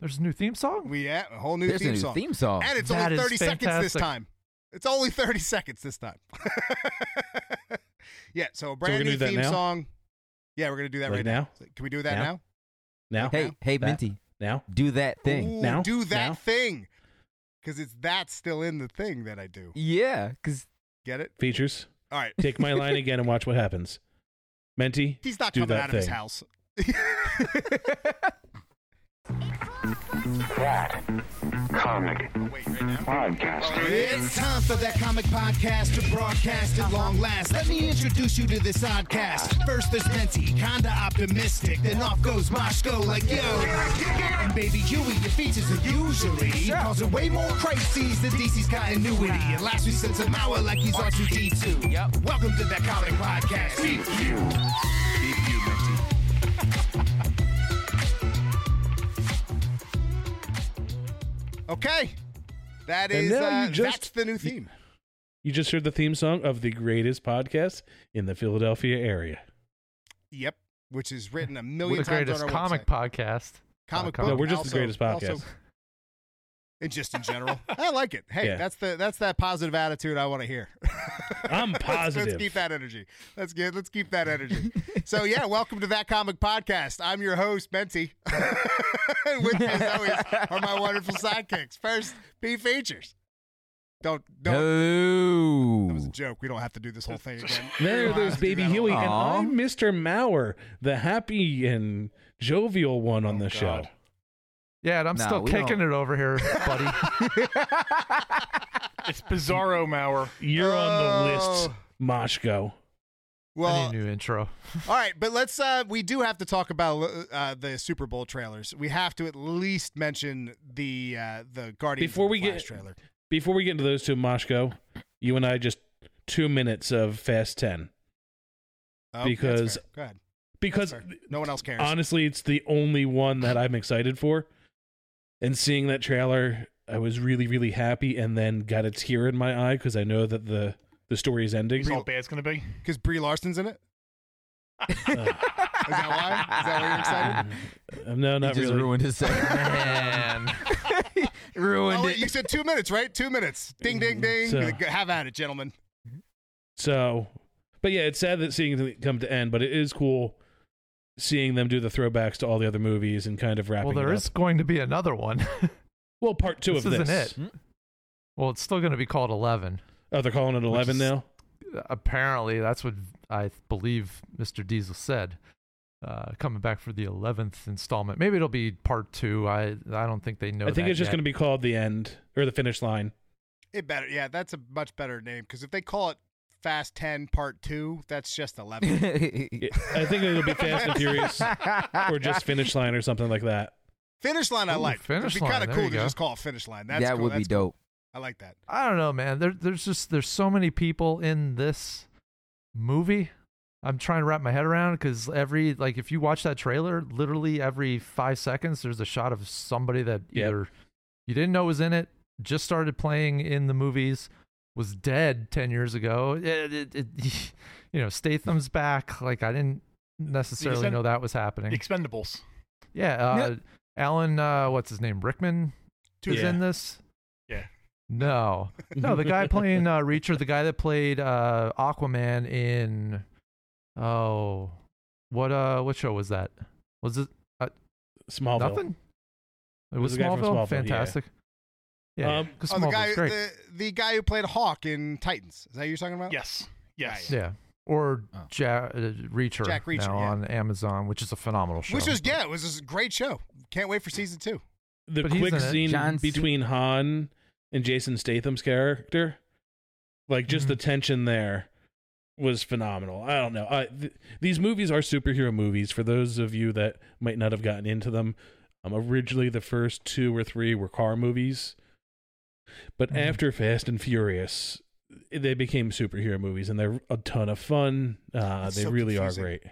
[SPEAKER 8] There's a new theme song?
[SPEAKER 4] We yeah, a whole new
[SPEAKER 6] There's a
[SPEAKER 4] theme
[SPEAKER 6] new
[SPEAKER 4] song.
[SPEAKER 6] theme
[SPEAKER 7] Oh,
[SPEAKER 6] song.
[SPEAKER 4] And it's
[SPEAKER 8] That
[SPEAKER 4] only
[SPEAKER 8] is
[SPEAKER 4] 30 seconds this
[SPEAKER 8] fantastic.
[SPEAKER 4] time. It's only 30 seconds this time. yeah, so a brand
[SPEAKER 7] gonna
[SPEAKER 4] new
[SPEAKER 7] do that
[SPEAKER 4] theme
[SPEAKER 7] now?
[SPEAKER 4] song. Yeah, we're going to do that
[SPEAKER 7] Like
[SPEAKER 4] right
[SPEAKER 7] now?
[SPEAKER 4] Can we do that now?
[SPEAKER 7] Now? Now,
[SPEAKER 6] Hey, hey,
[SPEAKER 7] That-
[SPEAKER 6] Minty,
[SPEAKER 7] now,
[SPEAKER 6] do that thing.
[SPEAKER 4] Ooh,
[SPEAKER 7] Now?
[SPEAKER 4] Do that
[SPEAKER 7] Now?
[SPEAKER 4] thing. Because it's that still in the thing that I do.
[SPEAKER 6] Yeah, because
[SPEAKER 4] Get it?
[SPEAKER 7] features.
[SPEAKER 4] All right.
[SPEAKER 7] Take my line again and watch what happens. Menti,
[SPEAKER 4] He's not
[SPEAKER 7] do
[SPEAKER 4] coming
[SPEAKER 7] that
[SPEAKER 4] out of his
[SPEAKER 7] thing.
[SPEAKER 4] house.
[SPEAKER 2] Comic podcast.
[SPEAKER 4] It's time for that comic podcast to broadcast at long last. Let me introduce you to this oddcast. First there's Menti, kinda optimistic. Then off goes Moshko like yo. And baby Huey, your features are usually causing way more crises than DC's continuity. And last we sent some hour like he's R2D2. Welcome to that comic podcast. Okay. That
[SPEAKER 7] And is, now you uh, just- that's
[SPEAKER 4] the new theme.
[SPEAKER 7] You just heard the theme song of the greatest podcast in the Philadelphia area.
[SPEAKER 4] Yep, which is written a
[SPEAKER 8] We're
[SPEAKER 4] million
[SPEAKER 8] the
[SPEAKER 4] times
[SPEAKER 8] greatest
[SPEAKER 4] on our
[SPEAKER 8] comic
[SPEAKER 4] website.
[SPEAKER 8] podcast.
[SPEAKER 4] comic
[SPEAKER 8] com.
[SPEAKER 4] book.
[SPEAKER 8] No,
[SPEAKER 7] we're just the
[SPEAKER 4] also-
[SPEAKER 7] greatest podcast.
[SPEAKER 4] also- and just in general, I like it. Hey,
[SPEAKER 7] Yeah.
[SPEAKER 4] that's the that's that positive attitude I want to hear.
[SPEAKER 7] I'm
[SPEAKER 4] Let's-
[SPEAKER 7] positive.
[SPEAKER 4] Let's keep that energy. Let's get let's keep that energy. so yeah, welcome to that comic podcast. I'm your host Menti. And With me, as always, are my wonderful sidekicks. First, P features. Don't don't.
[SPEAKER 6] no.
[SPEAKER 4] That was a joke. We don't have to do this whole thing again. We
[SPEAKER 7] There,
[SPEAKER 4] don't
[SPEAKER 7] there's
[SPEAKER 4] have to do
[SPEAKER 7] Baby
[SPEAKER 4] that
[SPEAKER 7] Huey,
[SPEAKER 4] all-
[SPEAKER 7] and
[SPEAKER 6] Aw.
[SPEAKER 7] I'm Mr. Mauer, the happy and jovial one
[SPEAKER 6] Oh,
[SPEAKER 7] on the show.
[SPEAKER 2] God.
[SPEAKER 8] Yeah, and I'm
[SPEAKER 6] Nah,
[SPEAKER 8] still
[SPEAKER 6] we
[SPEAKER 8] kicking
[SPEAKER 6] don't-
[SPEAKER 8] it over here, buddy.
[SPEAKER 9] It's Bizarro Mauer.
[SPEAKER 7] You're on the list,
[SPEAKER 4] Oh.
[SPEAKER 7] Moshko.
[SPEAKER 8] I
[SPEAKER 4] Well,
[SPEAKER 8] need a new intro.
[SPEAKER 4] All right, but let's. Uh, we do have to talk about uh, the Super Bowl trailers. We have to at least mention the uh, the Guardians
[SPEAKER 7] Before
[SPEAKER 4] of the
[SPEAKER 7] we
[SPEAKER 4] Flash
[SPEAKER 7] get-
[SPEAKER 4] trailer.
[SPEAKER 7] Before we get into those two, Moshko, you and I just two minutes of Fast
[SPEAKER 4] Oh,
[SPEAKER 7] 10.
[SPEAKER 4] that's
[SPEAKER 7] because-
[SPEAKER 4] fair. go ahead.
[SPEAKER 7] Because
[SPEAKER 4] Sorry. No one else cares.
[SPEAKER 7] honestly, it's the only one that I'm excited for. And seeing that trailer, I was really, really happy, and then got a tear in my eye because I know that the the story is ending.
[SPEAKER 9] He's how bad it's going to be.
[SPEAKER 4] Because Brie Larson's in it.
[SPEAKER 7] Uh,
[SPEAKER 4] Is that why? Is that why you're excited?
[SPEAKER 7] no,
[SPEAKER 6] He
[SPEAKER 7] not
[SPEAKER 6] just
[SPEAKER 7] really.
[SPEAKER 6] ruined his segment.
[SPEAKER 8] Man.
[SPEAKER 6] ruined
[SPEAKER 4] Oh, wait,
[SPEAKER 6] it.
[SPEAKER 4] you said two minutes, right? Two minutes. Ding, ding, ding.
[SPEAKER 7] Mm, So-
[SPEAKER 4] Have at it, gentlemen.
[SPEAKER 7] So, but yeah, it's sad that seeing it come to end, but it is cool seeing them do the throwbacks to all the other movies and kind of wrapping
[SPEAKER 8] well, there
[SPEAKER 7] it
[SPEAKER 8] is
[SPEAKER 7] up.
[SPEAKER 8] going to be another one.
[SPEAKER 7] Well, part 2
[SPEAKER 8] this
[SPEAKER 7] of this.
[SPEAKER 8] isn't it. Well, it's still going to be called 11.
[SPEAKER 7] Oh, they're calling it 11
[SPEAKER 8] is-
[SPEAKER 7] now?
[SPEAKER 8] Apparently, that's what I believe Mr. Diesel said. Uh, coming back for the 11th installment. Maybe it'll be part two. I I don't think they know
[SPEAKER 7] I think
[SPEAKER 8] that
[SPEAKER 7] it's just
[SPEAKER 8] yet.
[SPEAKER 7] going to be called The End or The Finish Line.
[SPEAKER 4] It better. Yeah, that's a much better name. Because if they call it Fast Ten Part Two, that's just eleven.
[SPEAKER 7] It- I think it'll be Fast and Furious or just Finish Line or something like that.
[SPEAKER 4] finish line, I
[SPEAKER 8] Ooh,
[SPEAKER 4] like.
[SPEAKER 8] Finish
[SPEAKER 4] It'd be
[SPEAKER 8] Line,
[SPEAKER 4] kind of
[SPEAKER 8] there
[SPEAKER 4] cool
[SPEAKER 8] you
[SPEAKER 4] to
[SPEAKER 8] go.
[SPEAKER 4] just call it Finish Line. That's
[SPEAKER 6] that
[SPEAKER 4] cool.
[SPEAKER 6] would be
[SPEAKER 4] that's cool.
[SPEAKER 6] dope.
[SPEAKER 4] I like that.
[SPEAKER 8] I don't know, man. There, there's just there's so many people in this movie. I'm trying to wrap my head around because every like if you watch that trailer, literally every five seconds there's a shot of somebody that
[SPEAKER 7] Yep.
[SPEAKER 8] either you didn't know was in it, just started playing in the movies, was dead ten years ago. It- it- it- you know, Statham's back. Like I didn't necessarily
[SPEAKER 9] said-
[SPEAKER 8] know that was happening.
[SPEAKER 9] Expendables.
[SPEAKER 8] Yeah, uh, Alan, uh, what's his name? Rickman is
[SPEAKER 7] Yeah.
[SPEAKER 8] in this.
[SPEAKER 9] Yeah.
[SPEAKER 8] No, no, the guy playing uh, Reacher, the guy that played uh, Aquaman in oh, what uh, what show was that? Was it
[SPEAKER 7] Smallville.
[SPEAKER 8] nothing? It was
[SPEAKER 7] was the guy from
[SPEAKER 8] Smallville.
[SPEAKER 7] Smallville, yeah.
[SPEAKER 8] Fantastic. Yeah,
[SPEAKER 7] Um,
[SPEAKER 8] because
[SPEAKER 4] Oh, the guy,
[SPEAKER 8] Smallville's great.
[SPEAKER 4] the, the guy who played Hawk in Titans. Is that who you're talking about?
[SPEAKER 9] Yes. Yes.
[SPEAKER 8] yeah, or
[SPEAKER 6] Oh.
[SPEAKER 8] Ja- uh, Reacher,
[SPEAKER 4] Jack Reacher,
[SPEAKER 8] now
[SPEAKER 4] yeah.
[SPEAKER 8] on Amazon, which is a phenomenal show.
[SPEAKER 4] Which was yeah, it was a great show. Can't wait for season two.
[SPEAKER 7] The
[SPEAKER 8] But he's
[SPEAKER 7] quick
[SPEAKER 8] in it.
[SPEAKER 7] scene
[SPEAKER 6] John C-
[SPEAKER 7] between Han and Jason Statham's character, like just
[SPEAKER 8] Mm-hmm.
[SPEAKER 7] the tension there, was phenomenal. I don't know. I, th- these movies are superhero movies. For those of you that might not have gotten into them, um, originally the first two or three were car movies, but
[SPEAKER 8] Mhm.
[SPEAKER 7] after Fast and Furious, they became superhero movies, and they're a ton of fun. Uh,
[SPEAKER 4] It's
[SPEAKER 7] they
[SPEAKER 4] so
[SPEAKER 7] really
[SPEAKER 4] confusing.
[SPEAKER 7] are great.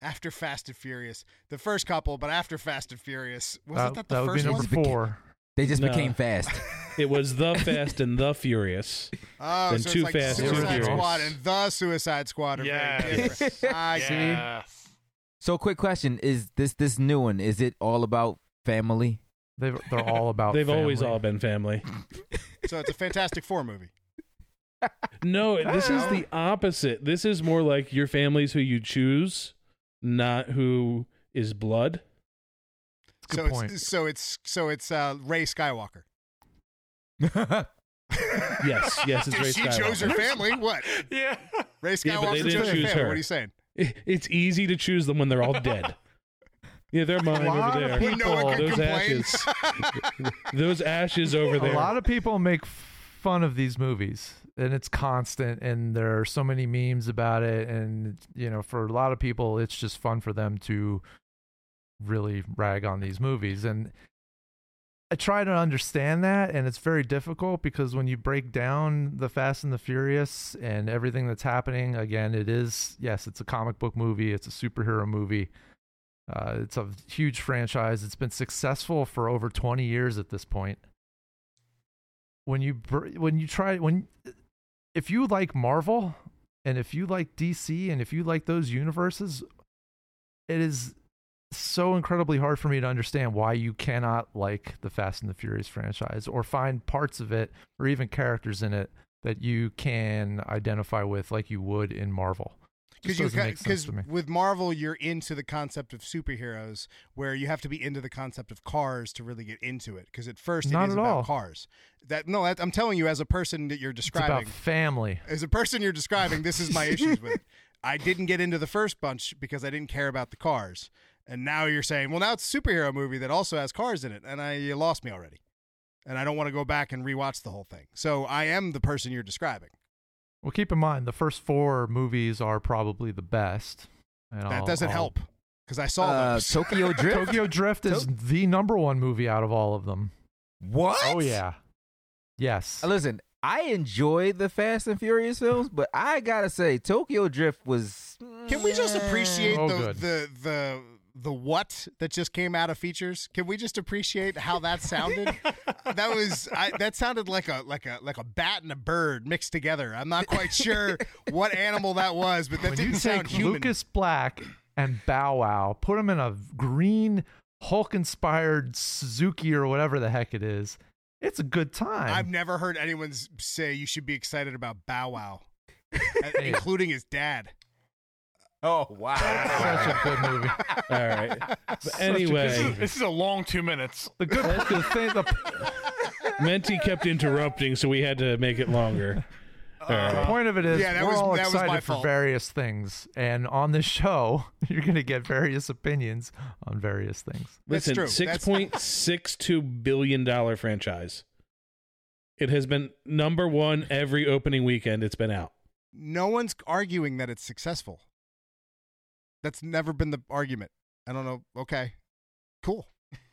[SPEAKER 4] After Fast and Furious, the first couple, but after Fast and Furious,
[SPEAKER 8] that,
[SPEAKER 4] wasn't that,
[SPEAKER 8] that
[SPEAKER 4] the
[SPEAKER 8] would
[SPEAKER 4] first
[SPEAKER 8] be number
[SPEAKER 4] one?
[SPEAKER 6] It's beca-
[SPEAKER 8] four.
[SPEAKER 6] They just
[SPEAKER 7] No.
[SPEAKER 6] became fast.
[SPEAKER 7] It was the Fast and the Furious.
[SPEAKER 4] Oh,
[SPEAKER 7] Then
[SPEAKER 4] so
[SPEAKER 7] Too
[SPEAKER 4] it's like
[SPEAKER 7] Fast
[SPEAKER 8] and Too
[SPEAKER 4] Suicide
[SPEAKER 8] Furious.
[SPEAKER 4] Squad and the Suicide Squad are very
[SPEAKER 9] Yes.
[SPEAKER 4] different. I see.
[SPEAKER 9] Yes.
[SPEAKER 6] so, quick question: Is this this new one? Is it all about family?
[SPEAKER 8] They've, they're all about.
[SPEAKER 7] They've always
[SPEAKER 8] family.
[SPEAKER 7] all been family.
[SPEAKER 4] So it's a Fantastic Four movie.
[SPEAKER 7] No, this is the opposite. This is more like your family's who you choose, not who is blood.
[SPEAKER 8] Good
[SPEAKER 4] so
[SPEAKER 8] point.
[SPEAKER 4] it's so it's so it's uh, Ray Skywalker.
[SPEAKER 7] Yes, yes, it's
[SPEAKER 4] Dude,
[SPEAKER 7] Ray
[SPEAKER 4] she chose her
[SPEAKER 7] Skywalker.
[SPEAKER 4] family. What?
[SPEAKER 9] Yeah.
[SPEAKER 4] Ray
[SPEAKER 7] Yeah, but
[SPEAKER 4] Skywalker
[SPEAKER 7] they
[SPEAKER 4] chose
[SPEAKER 7] didn't
[SPEAKER 4] her
[SPEAKER 7] choose
[SPEAKER 4] family.
[SPEAKER 7] her.
[SPEAKER 4] What are you saying?
[SPEAKER 7] It- It's easy to choose them when they're all dead. Yeah, they're mine
[SPEAKER 8] lot
[SPEAKER 7] over
[SPEAKER 8] of
[SPEAKER 7] there.
[SPEAKER 8] people-
[SPEAKER 4] No one can
[SPEAKER 7] those
[SPEAKER 4] complain.
[SPEAKER 7] ashes, those ashes over there.
[SPEAKER 8] A lot of people make fun of these movies, and it's constant. And there are so many memes about it. And you know, for a lot of people, it's just fun for them to really rag on these movies. And I try to understand that, and it's very difficult because when you break down the Fast and the Furious and everything that's happening, again, it is yes, it's a comic book movie, it's a superhero movie. Uh, it's a huge franchise. It's been successful for over 20 years at this point when you br- when you try when if you like Marvel and if you like DC and if you like those universes, it is so incredibly hard for me to understand why you cannot like the Fast and the Furious franchise or find parts of it or even characters in it that you can identify with like you would in Marvel.
[SPEAKER 4] Because
[SPEAKER 8] Just
[SPEAKER 4] you
[SPEAKER 8] doesn't make sense
[SPEAKER 4] because
[SPEAKER 8] to me.
[SPEAKER 4] with Marvel, you're into the concept of superheroes, where you have to be into the concept of cars to really get into it. Because at first, it
[SPEAKER 8] Not
[SPEAKER 4] is
[SPEAKER 8] at
[SPEAKER 4] about
[SPEAKER 8] all.
[SPEAKER 4] cars. That no, that, I'm telling you, as a person that you're
[SPEAKER 8] It's about
[SPEAKER 4] describing,
[SPEAKER 8] family.
[SPEAKER 4] as a person you're describing, this is my issues with. it. I didn't get into the first bunch because I didn't care about the cars, and now you're saying, well, now it's a superhero movie that also has cars in it, and I you lost me already, and I don't want to go back and rewatch the whole thing. So I am the person you're describing.
[SPEAKER 8] Well, keep in mind the first four movies are probably the best. And
[SPEAKER 4] that
[SPEAKER 8] I'll-
[SPEAKER 4] doesn't
[SPEAKER 8] I'll-
[SPEAKER 4] help because I saw
[SPEAKER 6] uh,
[SPEAKER 4] those.
[SPEAKER 6] Tokyo Drift.
[SPEAKER 8] Tokyo Drift is the number one movie out of all of them.
[SPEAKER 6] What?
[SPEAKER 8] Oh yeah. Yes.
[SPEAKER 6] Uh, Listen, I enjoy the Fast and Furious films, but I gotta say, Tokyo Drift was.
[SPEAKER 4] Can we just appreciate
[SPEAKER 8] Oh,
[SPEAKER 4] the,
[SPEAKER 8] good.
[SPEAKER 4] the the the what that just came out of features? Can we just appreciate how that sounded? that was I, that sounded like a like a like a bat and a bird mixed together. I'm not quite sure what animal that was, but that
[SPEAKER 8] when
[SPEAKER 4] didn't
[SPEAKER 8] you
[SPEAKER 4] sound
[SPEAKER 8] take
[SPEAKER 4] human.
[SPEAKER 8] Lucas Black and Bow Wow, put them in a green Hulk-inspired Suzuki or whatever the heck it is, it's a good time.
[SPEAKER 4] I've never heard anyone s- say you should be excited about Bow Wow, uh, including his dad.
[SPEAKER 6] Oh wow!
[SPEAKER 8] Such a good movie.
[SPEAKER 7] All right. But
[SPEAKER 8] a
[SPEAKER 9] This
[SPEAKER 7] anyway,
[SPEAKER 9] is, this is a long two minutes.
[SPEAKER 8] The good the thing, the
[SPEAKER 7] Menti kept interrupting, so we had to make it longer. All right.
[SPEAKER 8] point of it is
[SPEAKER 4] Yeah, that
[SPEAKER 8] we're
[SPEAKER 4] was-
[SPEAKER 8] all
[SPEAKER 4] that was my
[SPEAKER 8] excited for
[SPEAKER 4] fault.
[SPEAKER 8] various things, and on this show, you're gonna get various opinions on various things.
[SPEAKER 4] That's
[SPEAKER 7] Listen,
[SPEAKER 4] true.
[SPEAKER 7] six
[SPEAKER 4] That's-
[SPEAKER 7] point six two billion dollar franchise. It has been number one every opening weekend. It's been out.
[SPEAKER 4] No one's arguing that it's successful. That's never been the argument. I don't know. Okay, cool.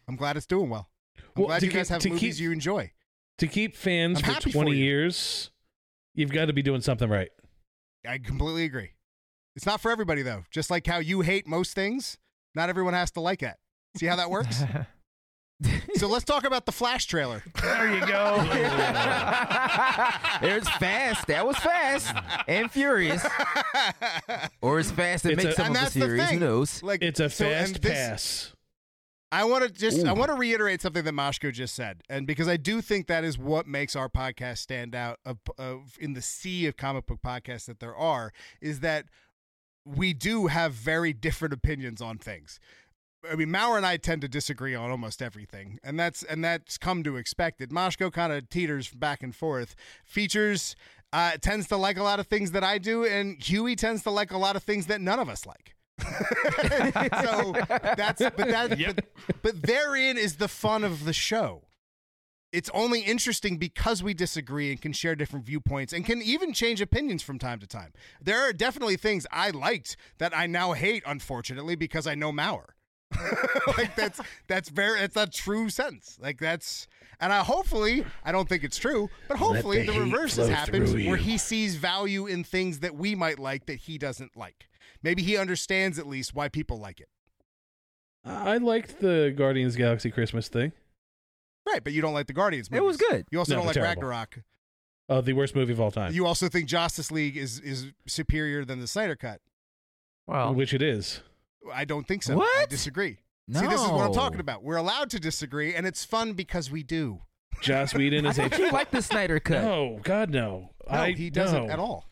[SPEAKER 4] I'm glad it's doing well. I'm
[SPEAKER 7] Well,
[SPEAKER 4] glad
[SPEAKER 7] to
[SPEAKER 4] you guys
[SPEAKER 7] keep-
[SPEAKER 4] have
[SPEAKER 7] to
[SPEAKER 4] movies
[SPEAKER 7] keep-
[SPEAKER 4] you enjoy.
[SPEAKER 7] To keep fans
[SPEAKER 4] I'm
[SPEAKER 7] for
[SPEAKER 4] happy for
[SPEAKER 7] twenty
[SPEAKER 4] you.
[SPEAKER 7] years, you've got to be doing something right.
[SPEAKER 4] I completely agree. It's not for everybody though. Just like how you hate most things, not everyone has to like it. See how that works? so let's talk about the Flash trailer.
[SPEAKER 9] There you go.
[SPEAKER 6] There's fast. That was fast and furious, or it's fast and
[SPEAKER 7] It's
[SPEAKER 6] makes
[SPEAKER 7] a-
[SPEAKER 6] some
[SPEAKER 4] and
[SPEAKER 6] of the
[SPEAKER 4] that's the,
[SPEAKER 6] series.
[SPEAKER 4] thing.
[SPEAKER 6] Who knows?
[SPEAKER 4] Like
[SPEAKER 7] It's a
[SPEAKER 4] so- and
[SPEAKER 7] fast
[SPEAKER 4] this-
[SPEAKER 7] pass.
[SPEAKER 4] I want to just I want to reiterate something that Moshko just said, and because I do think that is what makes our podcast stand out of, of in the sea of comic book podcasts that there are, is that we do have very different opinions on things. I mean, Maurer and I tend to disagree on almost everything, and that's and that's come to expect it. Moshko kind of teeters back and forth. Features uh, tends to like a lot of things that I do, and Huey tends to like a lot of things that none of us like. so that's but that but, but therein is the fun of the show. It's only interesting because we disagree and can share different viewpoints and can even change opinions from time to time. There are definitely things I liked that I now hate, unfortunately, because I know Maurer. like that's that's very that's a true sense. Like that's and I hopefully I don't think it's true, but hopefully
[SPEAKER 7] the
[SPEAKER 4] the,
[SPEAKER 7] hate
[SPEAKER 4] reverse
[SPEAKER 7] flow
[SPEAKER 4] has happened
[SPEAKER 7] through
[SPEAKER 4] where
[SPEAKER 7] you.
[SPEAKER 4] he sees value in things that we might like that he doesn't like. Maybe he understands at least why people like it.
[SPEAKER 7] I liked the Guardians of the Galaxy Christmas thing.
[SPEAKER 4] Right, but you don't like the Guardians
[SPEAKER 6] It
[SPEAKER 4] movies.
[SPEAKER 6] was good.
[SPEAKER 4] You also
[SPEAKER 7] No,
[SPEAKER 4] don't like
[SPEAKER 7] they're terrible.
[SPEAKER 4] Ragnarok.
[SPEAKER 7] Uh, the worst movie of all time,
[SPEAKER 4] You also think Justice League is is superior than the Snyder cut.
[SPEAKER 6] Oh.
[SPEAKER 8] Well,
[SPEAKER 7] which it is.
[SPEAKER 4] I don't think so. I
[SPEAKER 6] What?
[SPEAKER 4] disagree. See, this is what I'm
[SPEAKER 6] No.
[SPEAKER 4] talking about. We're allowed to disagree and it's fun because we do.
[SPEAKER 7] Joss Whedon
[SPEAKER 6] I
[SPEAKER 7] is a
[SPEAKER 6] thought you liked the Snyder cut.
[SPEAKER 7] no, God no.
[SPEAKER 4] No,
[SPEAKER 7] I,
[SPEAKER 4] he doesn't
[SPEAKER 7] no.
[SPEAKER 4] at all.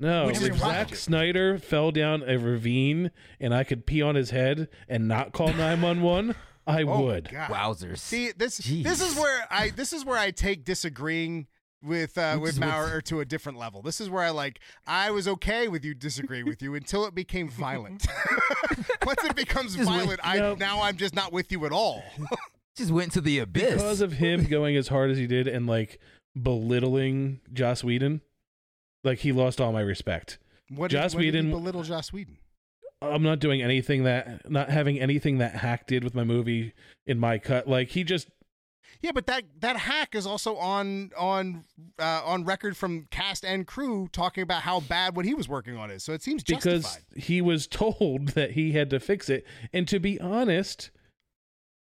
[SPEAKER 7] No,
[SPEAKER 4] We
[SPEAKER 7] if
[SPEAKER 4] just watched
[SPEAKER 7] Zack
[SPEAKER 4] it.
[SPEAKER 7] Snyder fell down a ravine and I could pee on his head and not call nine one one, I
[SPEAKER 4] Oh,
[SPEAKER 7] would.
[SPEAKER 4] God.
[SPEAKER 6] Wowzers.
[SPEAKER 4] See this. This is
[SPEAKER 6] Jeez.
[SPEAKER 4] where I. This is where I take disagreeing with uh,
[SPEAKER 6] This
[SPEAKER 4] with
[SPEAKER 6] is what-
[SPEAKER 4] Maurer to a different level. This is where I like. I was okay with you disagreeing with you until it became violent. Once it becomes
[SPEAKER 6] Just wait.
[SPEAKER 4] violent, I
[SPEAKER 7] Nope.
[SPEAKER 4] now I'm just not with you at all.
[SPEAKER 6] Just went to the abyss.
[SPEAKER 7] Because of him going as hard as he did and like belittling Joss Whedon, like he lost all my respect.
[SPEAKER 4] What
[SPEAKER 7] Joss
[SPEAKER 4] did, what did he
[SPEAKER 7] Whedon-
[SPEAKER 4] belittle Joss Whedon.
[SPEAKER 7] I'm not doing anything that not having anything that Hack did with my movie in my cut. Like he just
[SPEAKER 4] Yeah, but that that hack is also on on uh, on record from cast and crew talking about how bad what he was working on is. So it seems
[SPEAKER 7] because
[SPEAKER 4] justified.
[SPEAKER 7] he was told that he had to fix it. And to be honest,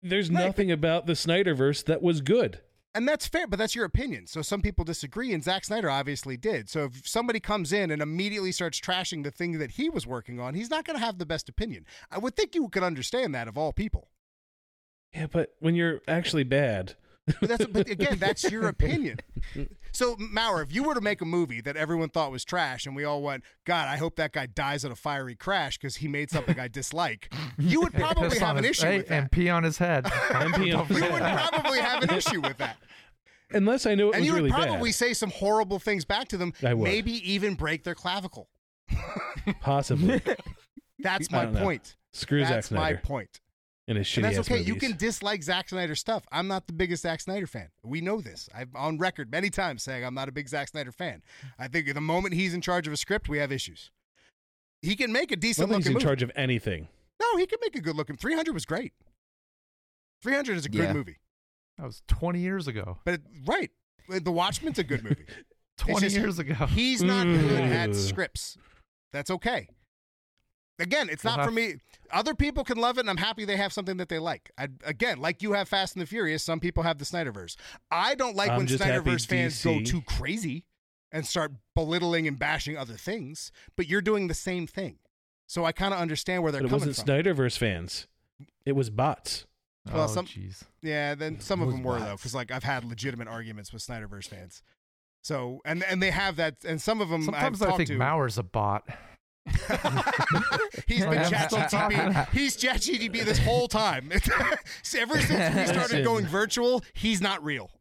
[SPEAKER 7] there's
[SPEAKER 4] Right,
[SPEAKER 7] nothing about the Snyderverse that was good.
[SPEAKER 4] And that's fair, but that's your opinion. So some people disagree, and Zack Snyder obviously did. So if somebody comes in and immediately starts trashing the thing that he was working on, he's not going to have the best opinion. I would think you could understand that of all people.
[SPEAKER 7] Yeah, but when you're actually bad,
[SPEAKER 4] But, that's, but again, that's your opinion. So Maurer, if you were to make a movie that everyone thought was trash, and we all went, "God, I hope that guy dies in a fiery crash because he made something I dislike," you would
[SPEAKER 8] and
[SPEAKER 4] probably
[SPEAKER 8] piss
[SPEAKER 4] have
[SPEAKER 8] on
[SPEAKER 4] an
[SPEAKER 8] his-
[SPEAKER 4] issue
[SPEAKER 8] hey,
[SPEAKER 4] with that.
[SPEAKER 8] and pee on his head.
[SPEAKER 7] I'm being
[SPEAKER 4] You would
[SPEAKER 7] upset.
[SPEAKER 4] probably have an issue with that.
[SPEAKER 7] unless I knew it
[SPEAKER 4] and
[SPEAKER 7] was
[SPEAKER 4] you would
[SPEAKER 7] really
[SPEAKER 4] probably
[SPEAKER 7] bad,
[SPEAKER 4] say some horrible things back to them.
[SPEAKER 7] I would.
[SPEAKER 4] Maybe even break their clavicle.
[SPEAKER 7] possibly
[SPEAKER 4] That's
[SPEAKER 7] I
[SPEAKER 4] my
[SPEAKER 7] don't know.
[SPEAKER 4] point.
[SPEAKER 7] screw Zack
[SPEAKER 4] That's my
[SPEAKER 7] Snyder
[SPEAKER 4] point.
[SPEAKER 7] and his shitty
[SPEAKER 4] And that's
[SPEAKER 7] ass
[SPEAKER 4] okay. You
[SPEAKER 7] E movies.
[SPEAKER 4] can dislike Zack Snyder stuff. I'm not the biggest Zack Snyder fan. We know this. I've on record many times saying I'm not a big Zack Snyder fan. I think the moment he's in charge of a script, we have issues. He can make a decent
[SPEAKER 7] Well, he's
[SPEAKER 4] looking
[SPEAKER 7] in
[SPEAKER 4] movie.
[SPEAKER 7] charge of anything.
[SPEAKER 4] no, he can make a good looking. 300 was great. 300 is a good
[SPEAKER 6] Yeah.
[SPEAKER 4] movie.
[SPEAKER 8] That was 20 years ago.
[SPEAKER 4] But it, right, The Watchmen's a good movie. It's
[SPEAKER 8] 20
[SPEAKER 4] just-
[SPEAKER 8] years ago.
[SPEAKER 4] He's not good at
[SPEAKER 7] Ugh.
[SPEAKER 4] scripts. That's okay. Again, it's
[SPEAKER 8] Well,
[SPEAKER 4] not for me.
[SPEAKER 8] that's-
[SPEAKER 4] Other people can love it, and I'm happy they have something that they like. I, again, like you have Fast and the Furious, some people have the Snyderverse. I don't like
[SPEAKER 7] I'm
[SPEAKER 4] when
[SPEAKER 7] just happy
[SPEAKER 4] Snyderverse fans go
[SPEAKER 7] DC
[SPEAKER 4] too crazy and start belittling and bashing other things, but you're doing the same thing. So I kind of understand where they're
[SPEAKER 7] But it
[SPEAKER 4] coming
[SPEAKER 7] wasn't
[SPEAKER 4] from.
[SPEAKER 7] Snyderverse fans. It was bots.
[SPEAKER 4] well,
[SPEAKER 8] oh,
[SPEAKER 4] some- mm,
[SPEAKER 8] jeez.
[SPEAKER 4] Yeah, then some of
[SPEAKER 6] Those
[SPEAKER 4] them were though,
[SPEAKER 6] bots.
[SPEAKER 4] because like I've had legitimate arguments with Snyderverse fans. So and and they have that, and some of them
[SPEAKER 8] Sometimes
[SPEAKER 4] I've
[SPEAKER 8] I
[SPEAKER 4] talked
[SPEAKER 8] think
[SPEAKER 4] to.
[SPEAKER 8] Maurer's a bot.
[SPEAKER 4] He's been
[SPEAKER 8] Yeah.
[SPEAKER 4] ChatGPT. He's ChatGPT this whole time. So Ever since we started
[SPEAKER 7] Listen.
[SPEAKER 4] going virtual, he's not real.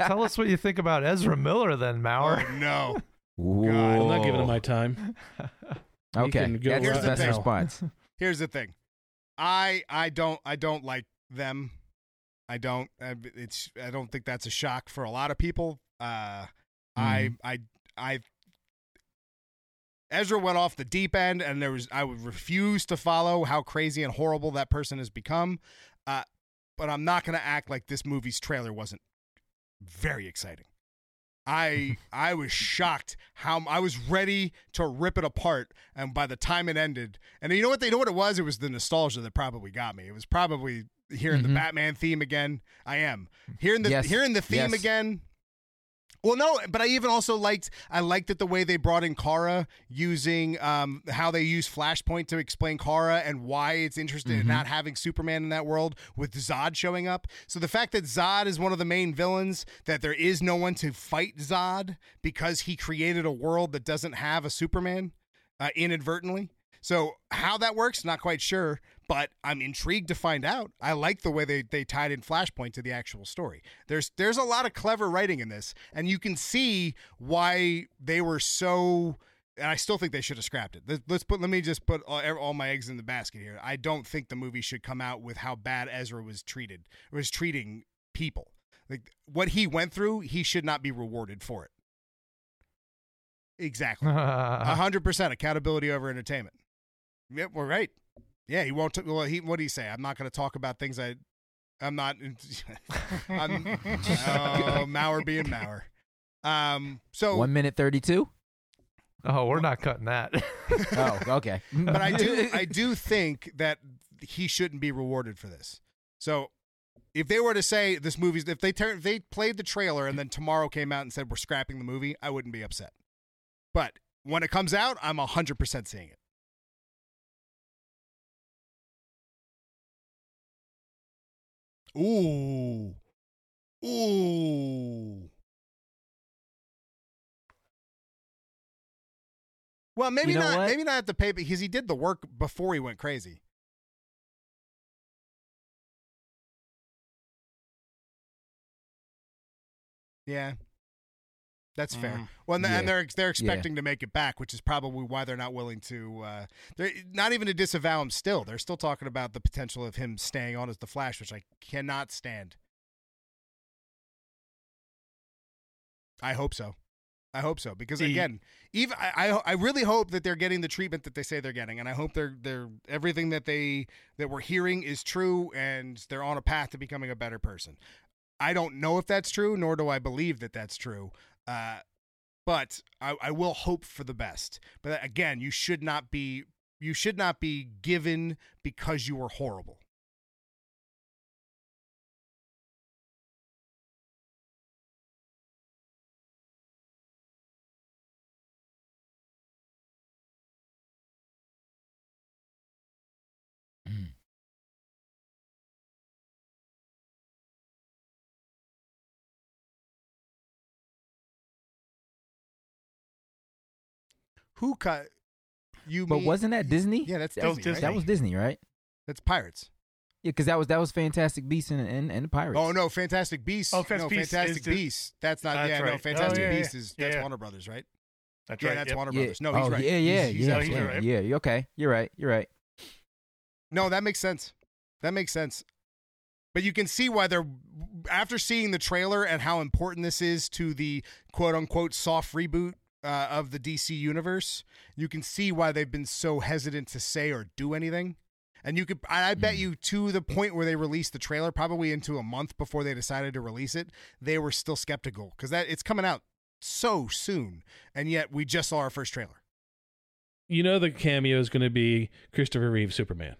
[SPEAKER 8] Tell us what you think about Ezra Miller then,
[SPEAKER 4] Oh
[SPEAKER 8] Maurer.
[SPEAKER 4] no!
[SPEAKER 7] I'm
[SPEAKER 6] Whoa.
[SPEAKER 7] not giving
[SPEAKER 4] Oh.
[SPEAKER 7] him my time. You
[SPEAKER 6] Okay,
[SPEAKER 7] can go
[SPEAKER 6] that's
[SPEAKER 4] Here's
[SPEAKER 6] his
[SPEAKER 4] the
[SPEAKER 6] best
[SPEAKER 4] thing.
[SPEAKER 6] response.
[SPEAKER 4] Here's the thing, I I don't I don't like them. I don't. I- It's I don't think that's a shock for a lot of people. Uh, I I I. Ezra went off the deep end, and there was I would refuse to follow how crazy and horrible that person has become. Uh, but I'm not going to act like this movie's trailer wasn't very exciting. I I was shocked how I was ready to rip it apart, and by the time it ended, and you know what they know what it was? It was the nostalgia that probably got me. It was probably hearing the
[SPEAKER 6] Mhm.
[SPEAKER 4] Batman theme again. I am hearing the
[SPEAKER 6] Yes.
[SPEAKER 4] hearing the theme
[SPEAKER 6] Yes.
[SPEAKER 4] again. Well, no, but I even also liked I liked it the way they brought in Kara using um, how they use Flashpoint to explain Kara and why it's interested in not having Superman in that world with Zod showing up. So the fact that Zod is one of the main villains, that there is no one to fight Zod because he created a world that doesn't have a Superman uh, inadvertently. So how that works, not quite sure, but I'm intrigued to find out. I like the way they, they tied in Flashpoint to the actual story. There's there's a lot of clever writing in this, and you can see why they were so. And I still think they should have scrapped it. Let- Let's put. Let me just put all, all my eggs in the basket here. I don't think the movie should come out with how bad Ezra was treated was treating people. Like what he went through, he should not be rewarded for it. Exactly.
[SPEAKER 8] Uh-huh.
[SPEAKER 4] A hundred percent accountability over entertainment. Yep, we're right. Yeah, he won't. T- well, he what do he say? I'm not going to talk about things I. I'm not. I'm, oh, Mauer being Mauer. Um. So,
[SPEAKER 6] One minute thirty-two.
[SPEAKER 8] oh, we're not cutting that.
[SPEAKER 4] Mm-hmm.
[SPEAKER 6] Oh, okay.
[SPEAKER 4] but I do. I do think that he shouldn't be rewarded for this. So, if they were to say this movie's, if they turn, if they played the trailer and then tomorrow came out and said we're scrapping the movie, I wouldn't be upset. But when it comes out, I'm hundred percent seeing it. Ooh. Ooh. Well, maybe
[SPEAKER 6] know
[SPEAKER 4] not.
[SPEAKER 6] what?
[SPEAKER 4] Maybe not at the pay because he did the work before he went crazy. Yeah, that's fair.
[SPEAKER 2] Mm.
[SPEAKER 4] Well, and, th- and
[SPEAKER 6] Yeah.
[SPEAKER 4] they're they're expecting to make it back, which is probably why they're not willing to. Uh, they're not even to disavow him. Still, they're still talking about the potential of him staying on as the Flash, which I cannot stand. I hope so. I hope so because
[SPEAKER 9] The-
[SPEAKER 4] again, even I, I I really hope that they're getting the treatment that they say they're getting, and I hope they're they're everything that they that we're hearing is true, and they're on a path to becoming a better person. I don't know if that's true, nor do I believe that that's true. Uh, but I, I will hope for the best. But uh, again, you should not be you should not be given because you were horrible.
[SPEAKER 6] Hmm.
[SPEAKER 4] Who cut you?
[SPEAKER 6] But
[SPEAKER 4] mean-
[SPEAKER 6] wasn't that Disney?
[SPEAKER 4] yeah, that's
[SPEAKER 9] That was
[SPEAKER 4] Disney.
[SPEAKER 9] Disney.
[SPEAKER 4] right?
[SPEAKER 6] That was Disney, right?
[SPEAKER 4] that's Pirates.
[SPEAKER 6] Yeah, because that was that was Fantastic Beasts and and, and the Pirates.
[SPEAKER 4] Oh no, Fantastic Beasts.
[SPEAKER 9] Oh,
[SPEAKER 4] no,
[SPEAKER 9] Fantastic Beasts
[SPEAKER 4] Fantastic
[SPEAKER 9] is the-
[SPEAKER 4] Beasts. That's not.
[SPEAKER 9] That's
[SPEAKER 4] yeah, no,
[SPEAKER 9] right. Oh,
[SPEAKER 4] Fantastic
[SPEAKER 9] yeah, yeah.
[SPEAKER 4] Beasts is that's
[SPEAKER 9] Yeah.
[SPEAKER 4] Warner Brothers, right?
[SPEAKER 9] That's
[SPEAKER 4] yeah,
[SPEAKER 9] right.
[SPEAKER 4] that's
[SPEAKER 9] yep.
[SPEAKER 4] Warner
[SPEAKER 6] Yeah.
[SPEAKER 4] Brothers. No, he's
[SPEAKER 6] oh,
[SPEAKER 4] right.
[SPEAKER 6] Yeah, yeah,
[SPEAKER 4] He's- he's
[SPEAKER 6] yeah,
[SPEAKER 4] right.
[SPEAKER 9] he's
[SPEAKER 6] yeah,
[SPEAKER 9] right.
[SPEAKER 6] yeah. you're Okay, you're right. You're right.
[SPEAKER 4] No, that makes sense. That makes sense. But you can see why they're after seeing the trailer and how important this is to the quote unquote soft reboot uh, of the DC universe. You can see why they've been so hesitant to say or do anything. And you could, I I
[SPEAKER 8] Mm-hmm.
[SPEAKER 4] bet you, to the point where they released the trailer, probably into a month before they decided to release it, they were still skeptical because that it's coming out so soon, and yet we just saw our first trailer.
[SPEAKER 7] You know the cameo is going to be Christopher Reeve Superman.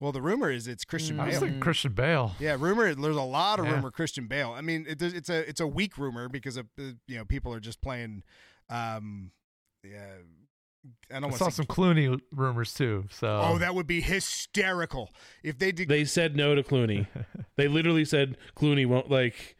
[SPEAKER 4] Well, the rumor is it's Christian
[SPEAKER 8] I was
[SPEAKER 4] Bale.
[SPEAKER 8] thinking Christian Bale.
[SPEAKER 4] Mm-hmm. Yeah, rumor. There's a lot of
[SPEAKER 8] Yeah.
[SPEAKER 4] rumor Christian Bale. I mean, it, it's a it's a weak rumor because of, uh, you know people are just playing. Um, yeah, I
[SPEAKER 8] I
[SPEAKER 4] don't want
[SPEAKER 8] saw
[SPEAKER 4] to.
[SPEAKER 8] some Clooney rumors too. So
[SPEAKER 4] oh, that would be hysterical if they did.
[SPEAKER 7] They said no to Clooney. they literally said Clooney won't like.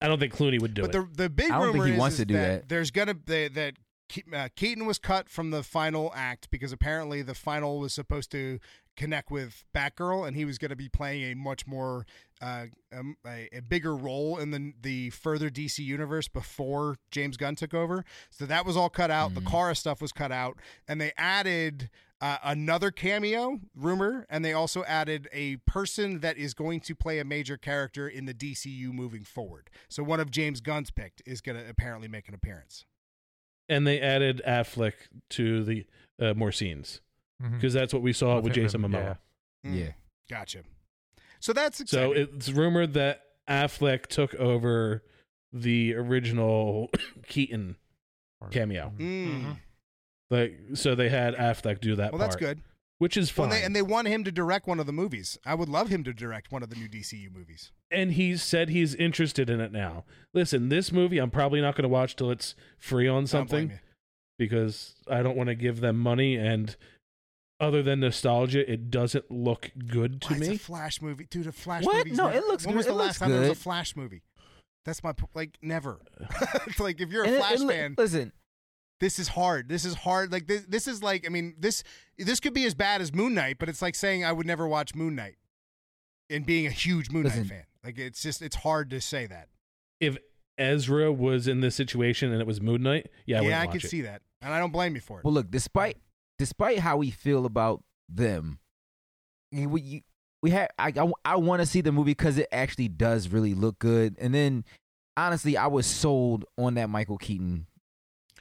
[SPEAKER 7] I don't think Clooney would do
[SPEAKER 4] but
[SPEAKER 7] it.
[SPEAKER 4] the the big
[SPEAKER 6] I don't
[SPEAKER 4] rumor
[SPEAKER 6] think he
[SPEAKER 4] is,
[SPEAKER 6] wants
[SPEAKER 4] is
[SPEAKER 6] to do that.
[SPEAKER 4] there's gonna that, that Ke- uh, Keaton was cut from the final act because apparently the final was supposed to connect with Batgirl and he was going to be playing a much more uh, um, a, a bigger role in the the further DC universe before James Gunn took over. So that was all cut out.
[SPEAKER 6] Mm-hmm.
[SPEAKER 4] The Kara stuff was cut out, and they added. Uh, another cameo rumor, and they also added a person that is going to play a major character in the DCU moving forward. So one of James Gunn's picked is going to apparently make an appearance.
[SPEAKER 7] and they added Affleck to the uh, more scenes
[SPEAKER 4] Hmm.
[SPEAKER 8] Mhm.
[SPEAKER 7] because that's what we saw
[SPEAKER 8] With
[SPEAKER 7] with
[SPEAKER 8] him,
[SPEAKER 7] Jason Momoa.
[SPEAKER 8] yeah.
[SPEAKER 6] Yeah. Yeah.
[SPEAKER 4] Gotcha. So that's
[SPEAKER 7] So
[SPEAKER 4] exciting.
[SPEAKER 7] it's rumored that Affleck took over the original Keaton
[SPEAKER 8] Or-
[SPEAKER 7] cameo.
[SPEAKER 4] Mm.
[SPEAKER 6] Mm-hmm.
[SPEAKER 9] Mhm.
[SPEAKER 7] Like, so they had Affleck do that.
[SPEAKER 4] Well, that's
[SPEAKER 7] part,
[SPEAKER 4] good.
[SPEAKER 7] Which is
[SPEAKER 4] Well,
[SPEAKER 7] fine.
[SPEAKER 4] and they, and they want him to direct one of the movies. I would love him to direct one of the new DCU movies.
[SPEAKER 7] and he said he's interested in it now. Listen, this movie I'm probably not going to watch till it's free
[SPEAKER 4] I
[SPEAKER 7] on
[SPEAKER 4] don't blame
[SPEAKER 7] something because I don't want to give them money and other than nostalgia, it doesn't look good to
[SPEAKER 4] you. Why,
[SPEAKER 7] me.
[SPEAKER 4] It's a Flash movie, dude. A Flash
[SPEAKER 6] What?
[SPEAKER 4] movie.
[SPEAKER 6] No, it looks
[SPEAKER 4] When was
[SPEAKER 6] good.
[SPEAKER 4] the
[SPEAKER 6] It
[SPEAKER 4] last
[SPEAKER 6] looks
[SPEAKER 4] time there was
[SPEAKER 6] good.
[SPEAKER 4] a Flash movie? That's my po- like never. it's like if you're a
[SPEAKER 6] And it-
[SPEAKER 4] Flash
[SPEAKER 6] it li-
[SPEAKER 4] fan,
[SPEAKER 6] Listen,
[SPEAKER 4] this is hard. This is hard. Like this, this is like I mean this this could be as bad as Moon Knight, but it's like saying I would never watch Moon Knight and being a huge Moon
[SPEAKER 6] Listen.
[SPEAKER 4] Knight fan. Like it's just it's hard to say that.
[SPEAKER 7] If Ezra was in this situation and it was Moon Knight, yeah, I
[SPEAKER 4] yeah,
[SPEAKER 7] wouldn't
[SPEAKER 4] I
[SPEAKER 7] watch
[SPEAKER 4] could
[SPEAKER 7] it.
[SPEAKER 4] see that, and I don't blame you for it.
[SPEAKER 6] Well, look, despite despite how we feel about them, you- we you, we had I I, want to see the movie because it actually does really look good. And then honestly, I was sold on that Michael Keaton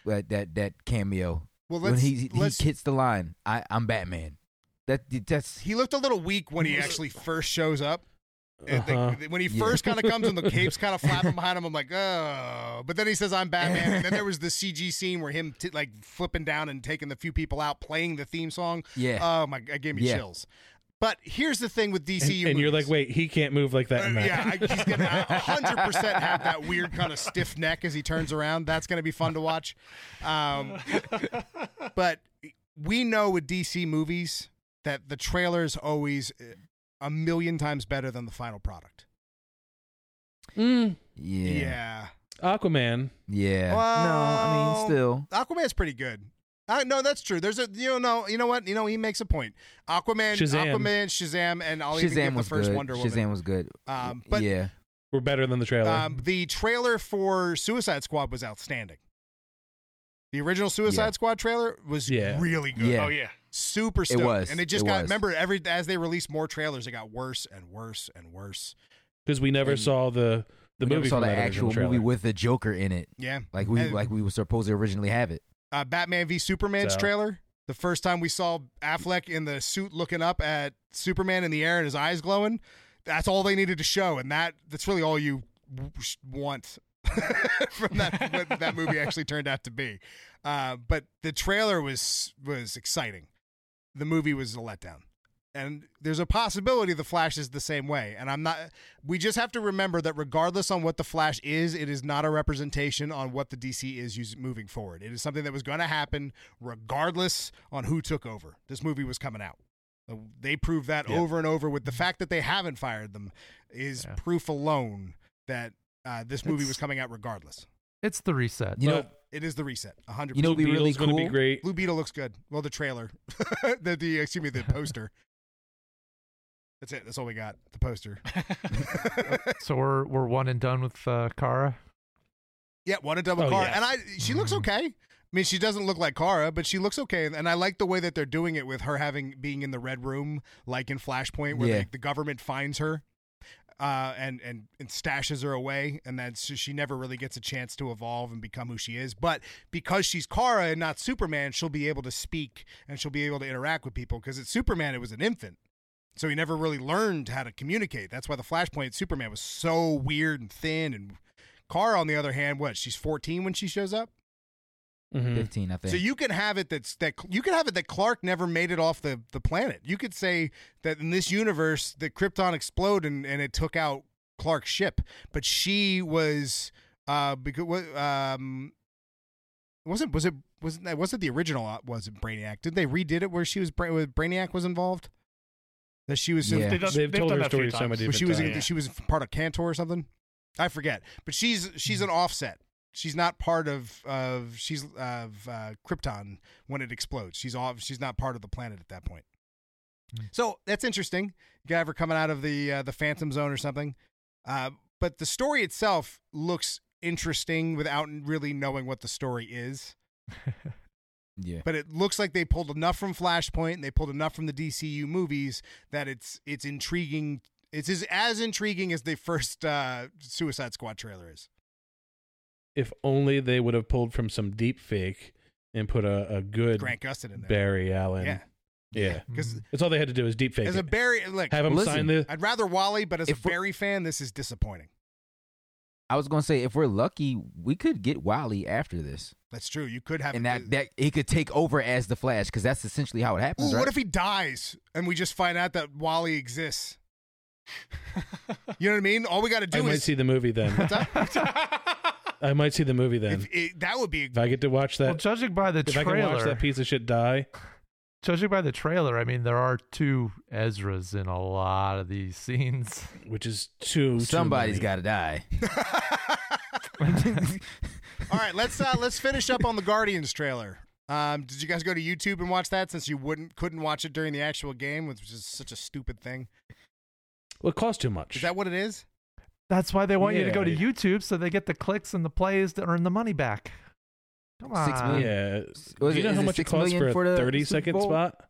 [SPEAKER 6] that that, that cameo
[SPEAKER 4] Well,
[SPEAKER 6] when
[SPEAKER 4] let's
[SPEAKER 6] he
[SPEAKER 4] let's.
[SPEAKER 6] he hits the line, "I I'm Batman." That that's
[SPEAKER 4] he looked a little weak when he actually first shows up. And, like,
[SPEAKER 7] Uh-huh.
[SPEAKER 4] when he
[SPEAKER 6] Yeah.
[SPEAKER 4] first kind of comes and the cape's kind of flapping behind him, I'm like, oh. But then he says, "I'm Batman." And then there was the CG scene where him t- like flipping down and taking the few people out, playing the theme song.
[SPEAKER 6] yeah.
[SPEAKER 4] Oh my! It gave me
[SPEAKER 6] Yeah.
[SPEAKER 4] chills. But here's the thing with DCU,
[SPEAKER 7] And, and you're
[SPEAKER 4] movies.
[SPEAKER 7] like, wait, he can't move like that.
[SPEAKER 4] Uh,
[SPEAKER 7] in that.
[SPEAKER 4] yeah, I, he's gonna hundred percent have that weird kind of stiff neck as he turns around. That's gonna be fun to watch. Um, but we know with DC movies that the trailer's always uh, a million times better than the final product.
[SPEAKER 7] Mm,
[SPEAKER 6] yeah, yeah,
[SPEAKER 7] Aquaman.
[SPEAKER 6] no, I
[SPEAKER 4] Well-
[SPEAKER 6] mean, still,
[SPEAKER 4] Aquaman's pretty good. I, no, that's true. There's a you know no, you know what you know he makes a point. Aquaman,
[SPEAKER 7] Shazam.
[SPEAKER 4] Aquaman, Shazam, and I'll even
[SPEAKER 6] Shazam
[SPEAKER 4] give the
[SPEAKER 6] was
[SPEAKER 4] first
[SPEAKER 6] good.
[SPEAKER 4] Wonder Woman.
[SPEAKER 6] Shazam was good.
[SPEAKER 4] Um, but
[SPEAKER 6] yeah,
[SPEAKER 7] We're better than the trailer.
[SPEAKER 4] Um, the trailer for Suicide Squad was outstanding. The original Suicide
[SPEAKER 6] Yeah.
[SPEAKER 4] Squad trailer was
[SPEAKER 7] Yeah.
[SPEAKER 4] really good,
[SPEAKER 6] yeah,
[SPEAKER 9] Oh yeah.
[SPEAKER 4] super stoked,
[SPEAKER 6] was.
[SPEAKER 4] and it just
[SPEAKER 6] It
[SPEAKER 4] got
[SPEAKER 6] was.
[SPEAKER 4] remember every as they released more trailers, it got worse and worse and worse.
[SPEAKER 7] because we never
[SPEAKER 6] And
[SPEAKER 7] saw the the
[SPEAKER 6] we never
[SPEAKER 7] movie
[SPEAKER 6] saw
[SPEAKER 7] from
[SPEAKER 6] the
[SPEAKER 7] that original
[SPEAKER 6] actual
[SPEAKER 7] trailer.
[SPEAKER 6] movie with the Joker in it,
[SPEAKER 4] Yeah,
[SPEAKER 6] like we
[SPEAKER 4] And,
[SPEAKER 6] like we were supposed to originally have it.
[SPEAKER 4] uh, Batman v Superman's
[SPEAKER 7] So.
[SPEAKER 4] trailer. The first time we saw Affleck in the suit looking up at Superman in the air and his eyes glowing, that's all they needed to show, and that that's really all you w- sh- want from that what that movie actually turned out to be. Uh, but the trailer was was exciting. The movie was a letdown, and there's a possibility the Flash is the same way. And I'm not. We just have to remember that regardless on what the Flash is, it is not a representation on what the DC is us- moving forward. It is something that was going to happen regardless on who took over. This movie was coming out. Uh, They proved that
[SPEAKER 7] Yeah.
[SPEAKER 4] over and over with the fact that they haven't fired them is
[SPEAKER 8] Yeah.
[SPEAKER 4] proof alone that uh, this movie
[SPEAKER 8] It's-
[SPEAKER 4] was coming out regardless.
[SPEAKER 8] It's the reset.
[SPEAKER 6] You know,
[SPEAKER 7] But
[SPEAKER 4] It is the reset, 100%.
[SPEAKER 6] You know what'd be
[SPEAKER 7] Blue
[SPEAKER 6] really
[SPEAKER 7] Beetle's gonna be
[SPEAKER 6] cool?
[SPEAKER 7] great.
[SPEAKER 4] Blue Beetle looks good. Well, the trailer, the, the excuse me, the poster. That's it. That's all we got. The poster.
[SPEAKER 8] So we're we're one and done with uh, Kara.
[SPEAKER 4] yeah, one a double
[SPEAKER 7] Oh,
[SPEAKER 4] car,
[SPEAKER 7] yeah.
[SPEAKER 4] and I she looks
[SPEAKER 8] Mhm.
[SPEAKER 4] okay. I mean, she doesn't look like Kara, but she looks okay, and, and I like the way that they're doing it with her having being in the red room, like in Flashpoint, where
[SPEAKER 6] Yeah.
[SPEAKER 4] like the government finds her. Uh, and, and and stashes her away, and then so she never really gets a chance to evolve and become who she is. But because she's Kara and not Superman, she'll be able to speak and she'll be able to interact with people. Because at Superman, it was an infant, so he never really learned how to communicate. That's why the Flashpoint Superman was so weird and thin. And Kara, on the other hand, what she's 14 when she shows up.
[SPEAKER 7] Mhm.
[SPEAKER 6] Fifteen, I think.
[SPEAKER 4] So you can have it that's that you can have it that Clark never made it off the, the planet. You could say that in this universe that Krypton exploded and, and it took out Clark's ship, but she was uh because um wasn't was it wasn't that wasn't the original uh, was it Brainiac? Did they redid it where she was Bra- where Brainiac was involved? That she was
[SPEAKER 6] Yeah.
[SPEAKER 9] They've, done-
[SPEAKER 7] They've
[SPEAKER 9] they've
[SPEAKER 7] told
[SPEAKER 9] done
[SPEAKER 7] her
[SPEAKER 9] that a few
[SPEAKER 7] story so many
[SPEAKER 9] times.
[SPEAKER 7] different
[SPEAKER 4] well, she was in,
[SPEAKER 9] times.
[SPEAKER 4] she was part of Cantor or something. I forget, but she's she's an offset. She's not part of of she's of uh, Krypton when it explodes. She's off. She's not part of the planet at that point. So that's interesting. You gotta have her coming out of the uh, the Phantom Zone or something. Uh, but the story itself looks interesting without really knowing what the story is.
[SPEAKER 6] yeah.
[SPEAKER 4] But it looks like they pulled enough from Flashpoint and they pulled enough from the DCU movies that it's it's intriguing. It's as, as intriguing as the first uh, Suicide Squad trailer is.
[SPEAKER 7] If only they would have pulled from some deep fake and put a, a good
[SPEAKER 4] Grant Gustin in there.
[SPEAKER 7] Barry Allen.
[SPEAKER 4] Yeah.
[SPEAKER 7] Yeah.
[SPEAKER 4] Because
[SPEAKER 7] That's all they had to do is deep fake.
[SPEAKER 4] as a
[SPEAKER 7] it.
[SPEAKER 4] Barry, look,
[SPEAKER 7] Have him
[SPEAKER 6] Listen.
[SPEAKER 7] sign the.
[SPEAKER 4] I'd rather Wally, but as a
[SPEAKER 6] If we're-
[SPEAKER 4] Barry fan, this is disappointing.
[SPEAKER 6] I was gonna say if we're lucky, we could get Wally after this,
[SPEAKER 4] That's true. You could have.
[SPEAKER 6] and that that he could take over as the Flash because that's essentially how it happens,
[SPEAKER 4] Ooh,
[SPEAKER 6] right?
[SPEAKER 4] what if he dies and we just find out that Wally exists? you know what I mean? All we got to
[SPEAKER 7] I
[SPEAKER 4] do
[SPEAKER 7] might
[SPEAKER 4] is.
[SPEAKER 7] see the movie then. I might see the movie then.
[SPEAKER 4] If
[SPEAKER 7] If,
[SPEAKER 4] it, that would be.
[SPEAKER 7] I get to watch
[SPEAKER 8] well,
[SPEAKER 7] that,
[SPEAKER 8] judging by the
[SPEAKER 7] if I can watch
[SPEAKER 8] trailer,
[SPEAKER 7] that piece of shit die,
[SPEAKER 8] judging by the trailer, I mean there are two Ezras in a lot of these scenes.
[SPEAKER 7] which is too.
[SPEAKER 6] Somebody's
[SPEAKER 7] too many.
[SPEAKER 6] got to die.
[SPEAKER 4] All right, let's uh, let's finish up on the Guardians trailer. Um, did you guys go to YouTube and watch that since you wouldn't couldn't watch it during the actual game, which is such a stupid thing?
[SPEAKER 7] Well, it costs too much.
[SPEAKER 4] Is that what it is?
[SPEAKER 8] That's why they want you to go to
[SPEAKER 7] Yeah.
[SPEAKER 8] YouTube so they get the clicks and the plays to earn the money back. Come on.
[SPEAKER 6] Six million?
[SPEAKER 7] yeah.
[SPEAKER 6] Uh, Was
[SPEAKER 7] Do you
[SPEAKER 6] it-
[SPEAKER 7] know
[SPEAKER 6] is
[SPEAKER 7] how
[SPEAKER 6] it
[SPEAKER 7] much it
[SPEAKER 6] six
[SPEAKER 7] costs
[SPEAKER 6] million
[SPEAKER 7] for a
[SPEAKER 6] for the
[SPEAKER 7] thirty
[SPEAKER 6] Super
[SPEAKER 7] second
[SPEAKER 6] Bowl?
[SPEAKER 7] spot?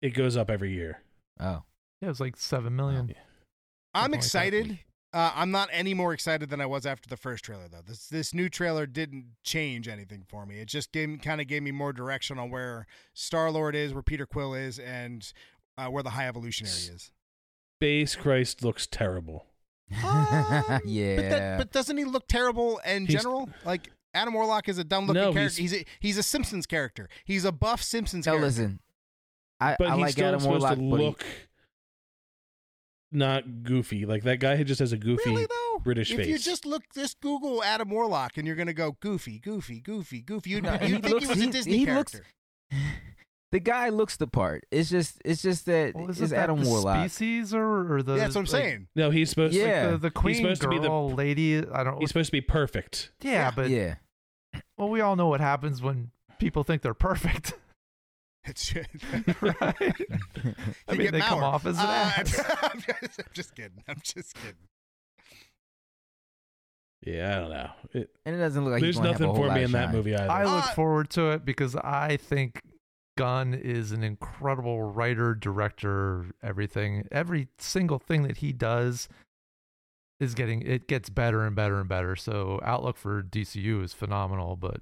[SPEAKER 7] It goes up every year.
[SPEAKER 6] Oh,
[SPEAKER 8] Yeah, it was like seven million.
[SPEAKER 6] Yeah.
[SPEAKER 4] I'm
[SPEAKER 8] Something like that.
[SPEAKER 4] excited. Uh, I'm not any more excited than I was after the first trailer, though. This this new trailer didn't change anything for me. It just gave kind of gave me more direction on where Star Lord is, where Peter Quill is, and uh, where the High Evolutionary is.
[SPEAKER 7] Base Christ looks terrible.
[SPEAKER 4] Um, but,
[SPEAKER 6] Yeah.
[SPEAKER 4] that, but doesn't he look terrible in
[SPEAKER 7] He's-
[SPEAKER 4] general? Like Adam Warlock is a dumb looking
[SPEAKER 7] No,
[SPEAKER 4] character.
[SPEAKER 7] he's-
[SPEAKER 4] He's, a, he's a Simpsons character. He's a buff Simpsons
[SPEAKER 6] now
[SPEAKER 4] character.
[SPEAKER 6] listen, I,
[SPEAKER 7] But
[SPEAKER 6] I
[SPEAKER 7] he's
[SPEAKER 6] like
[SPEAKER 7] still
[SPEAKER 6] Adam
[SPEAKER 7] supposed
[SPEAKER 6] Warlock.
[SPEAKER 7] to
[SPEAKER 6] but he-
[SPEAKER 7] look not goofy. Like that guy just has a goofy.
[SPEAKER 4] Really though,
[SPEAKER 7] British
[SPEAKER 4] if you
[SPEAKER 7] face.
[SPEAKER 4] just look, just Google Adam Warlock, and you're gonna go Goofy, Goofy, Goofy, Goofy. You'd,
[SPEAKER 6] No, he
[SPEAKER 4] you'd think
[SPEAKER 6] looks-
[SPEAKER 4] he was
[SPEAKER 6] he-
[SPEAKER 4] a Disney
[SPEAKER 6] he looks-
[SPEAKER 4] character.
[SPEAKER 6] the guy looks the part. It's just, it's just that
[SPEAKER 8] Well,
[SPEAKER 6] it's
[SPEAKER 8] isn't that
[SPEAKER 6] Adam
[SPEAKER 8] the
[SPEAKER 6] Warlock.
[SPEAKER 8] Species or, or the
[SPEAKER 4] yeah, that's what I'm
[SPEAKER 8] like,
[SPEAKER 4] saying.
[SPEAKER 7] No, he's supposed.
[SPEAKER 6] Yeah.
[SPEAKER 8] The, the queen girl
[SPEAKER 7] supposed to be the-
[SPEAKER 8] lady. I don't.
[SPEAKER 7] He's supposed to be perfect.
[SPEAKER 8] yeah,
[SPEAKER 4] yeah.
[SPEAKER 8] but
[SPEAKER 6] yeah,
[SPEAKER 8] well, we all know what happens when people think they're perfect,
[SPEAKER 4] It's you
[SPEAKER 8] right? I mean,
[SPEAKER 4] get
[SPEAKER 8] they come
[SPEAKER 4] Maurer.
[SPEAKER 8] off as an
[SPEAKER 4] Uh,
[SPEAKER 8] ass.
[SPEAKER 4] I'm just, I'm just kidding. I'm just kidding.
[SPEAKER 7] Yeah, I don't know. It,
[SPEAKER 6] and it doesn't look like he's
[SPEAKER 7] there's
[SPEAKER 6] gonna have a
[SPEAKER 7] nothing
[SPEAKER 6] whole
[SPEAKER 7] for
[SPEAKER 6] lot
[SPEAKER 7] me
[SPEAKER 6] of
[SPEAKER 7] in that
[SPEAKER 6] shine.
[SPEAKER 7] movie either.
[SPEAKER 8] I look
[SPEAKER 4] Uh,
[SPEAKER 8] forward to it because I think Gunn is an incredible writer, director, everything. Every single thing that he does is getting it gets better and better and better. So outlook for DCU is phenomenal, but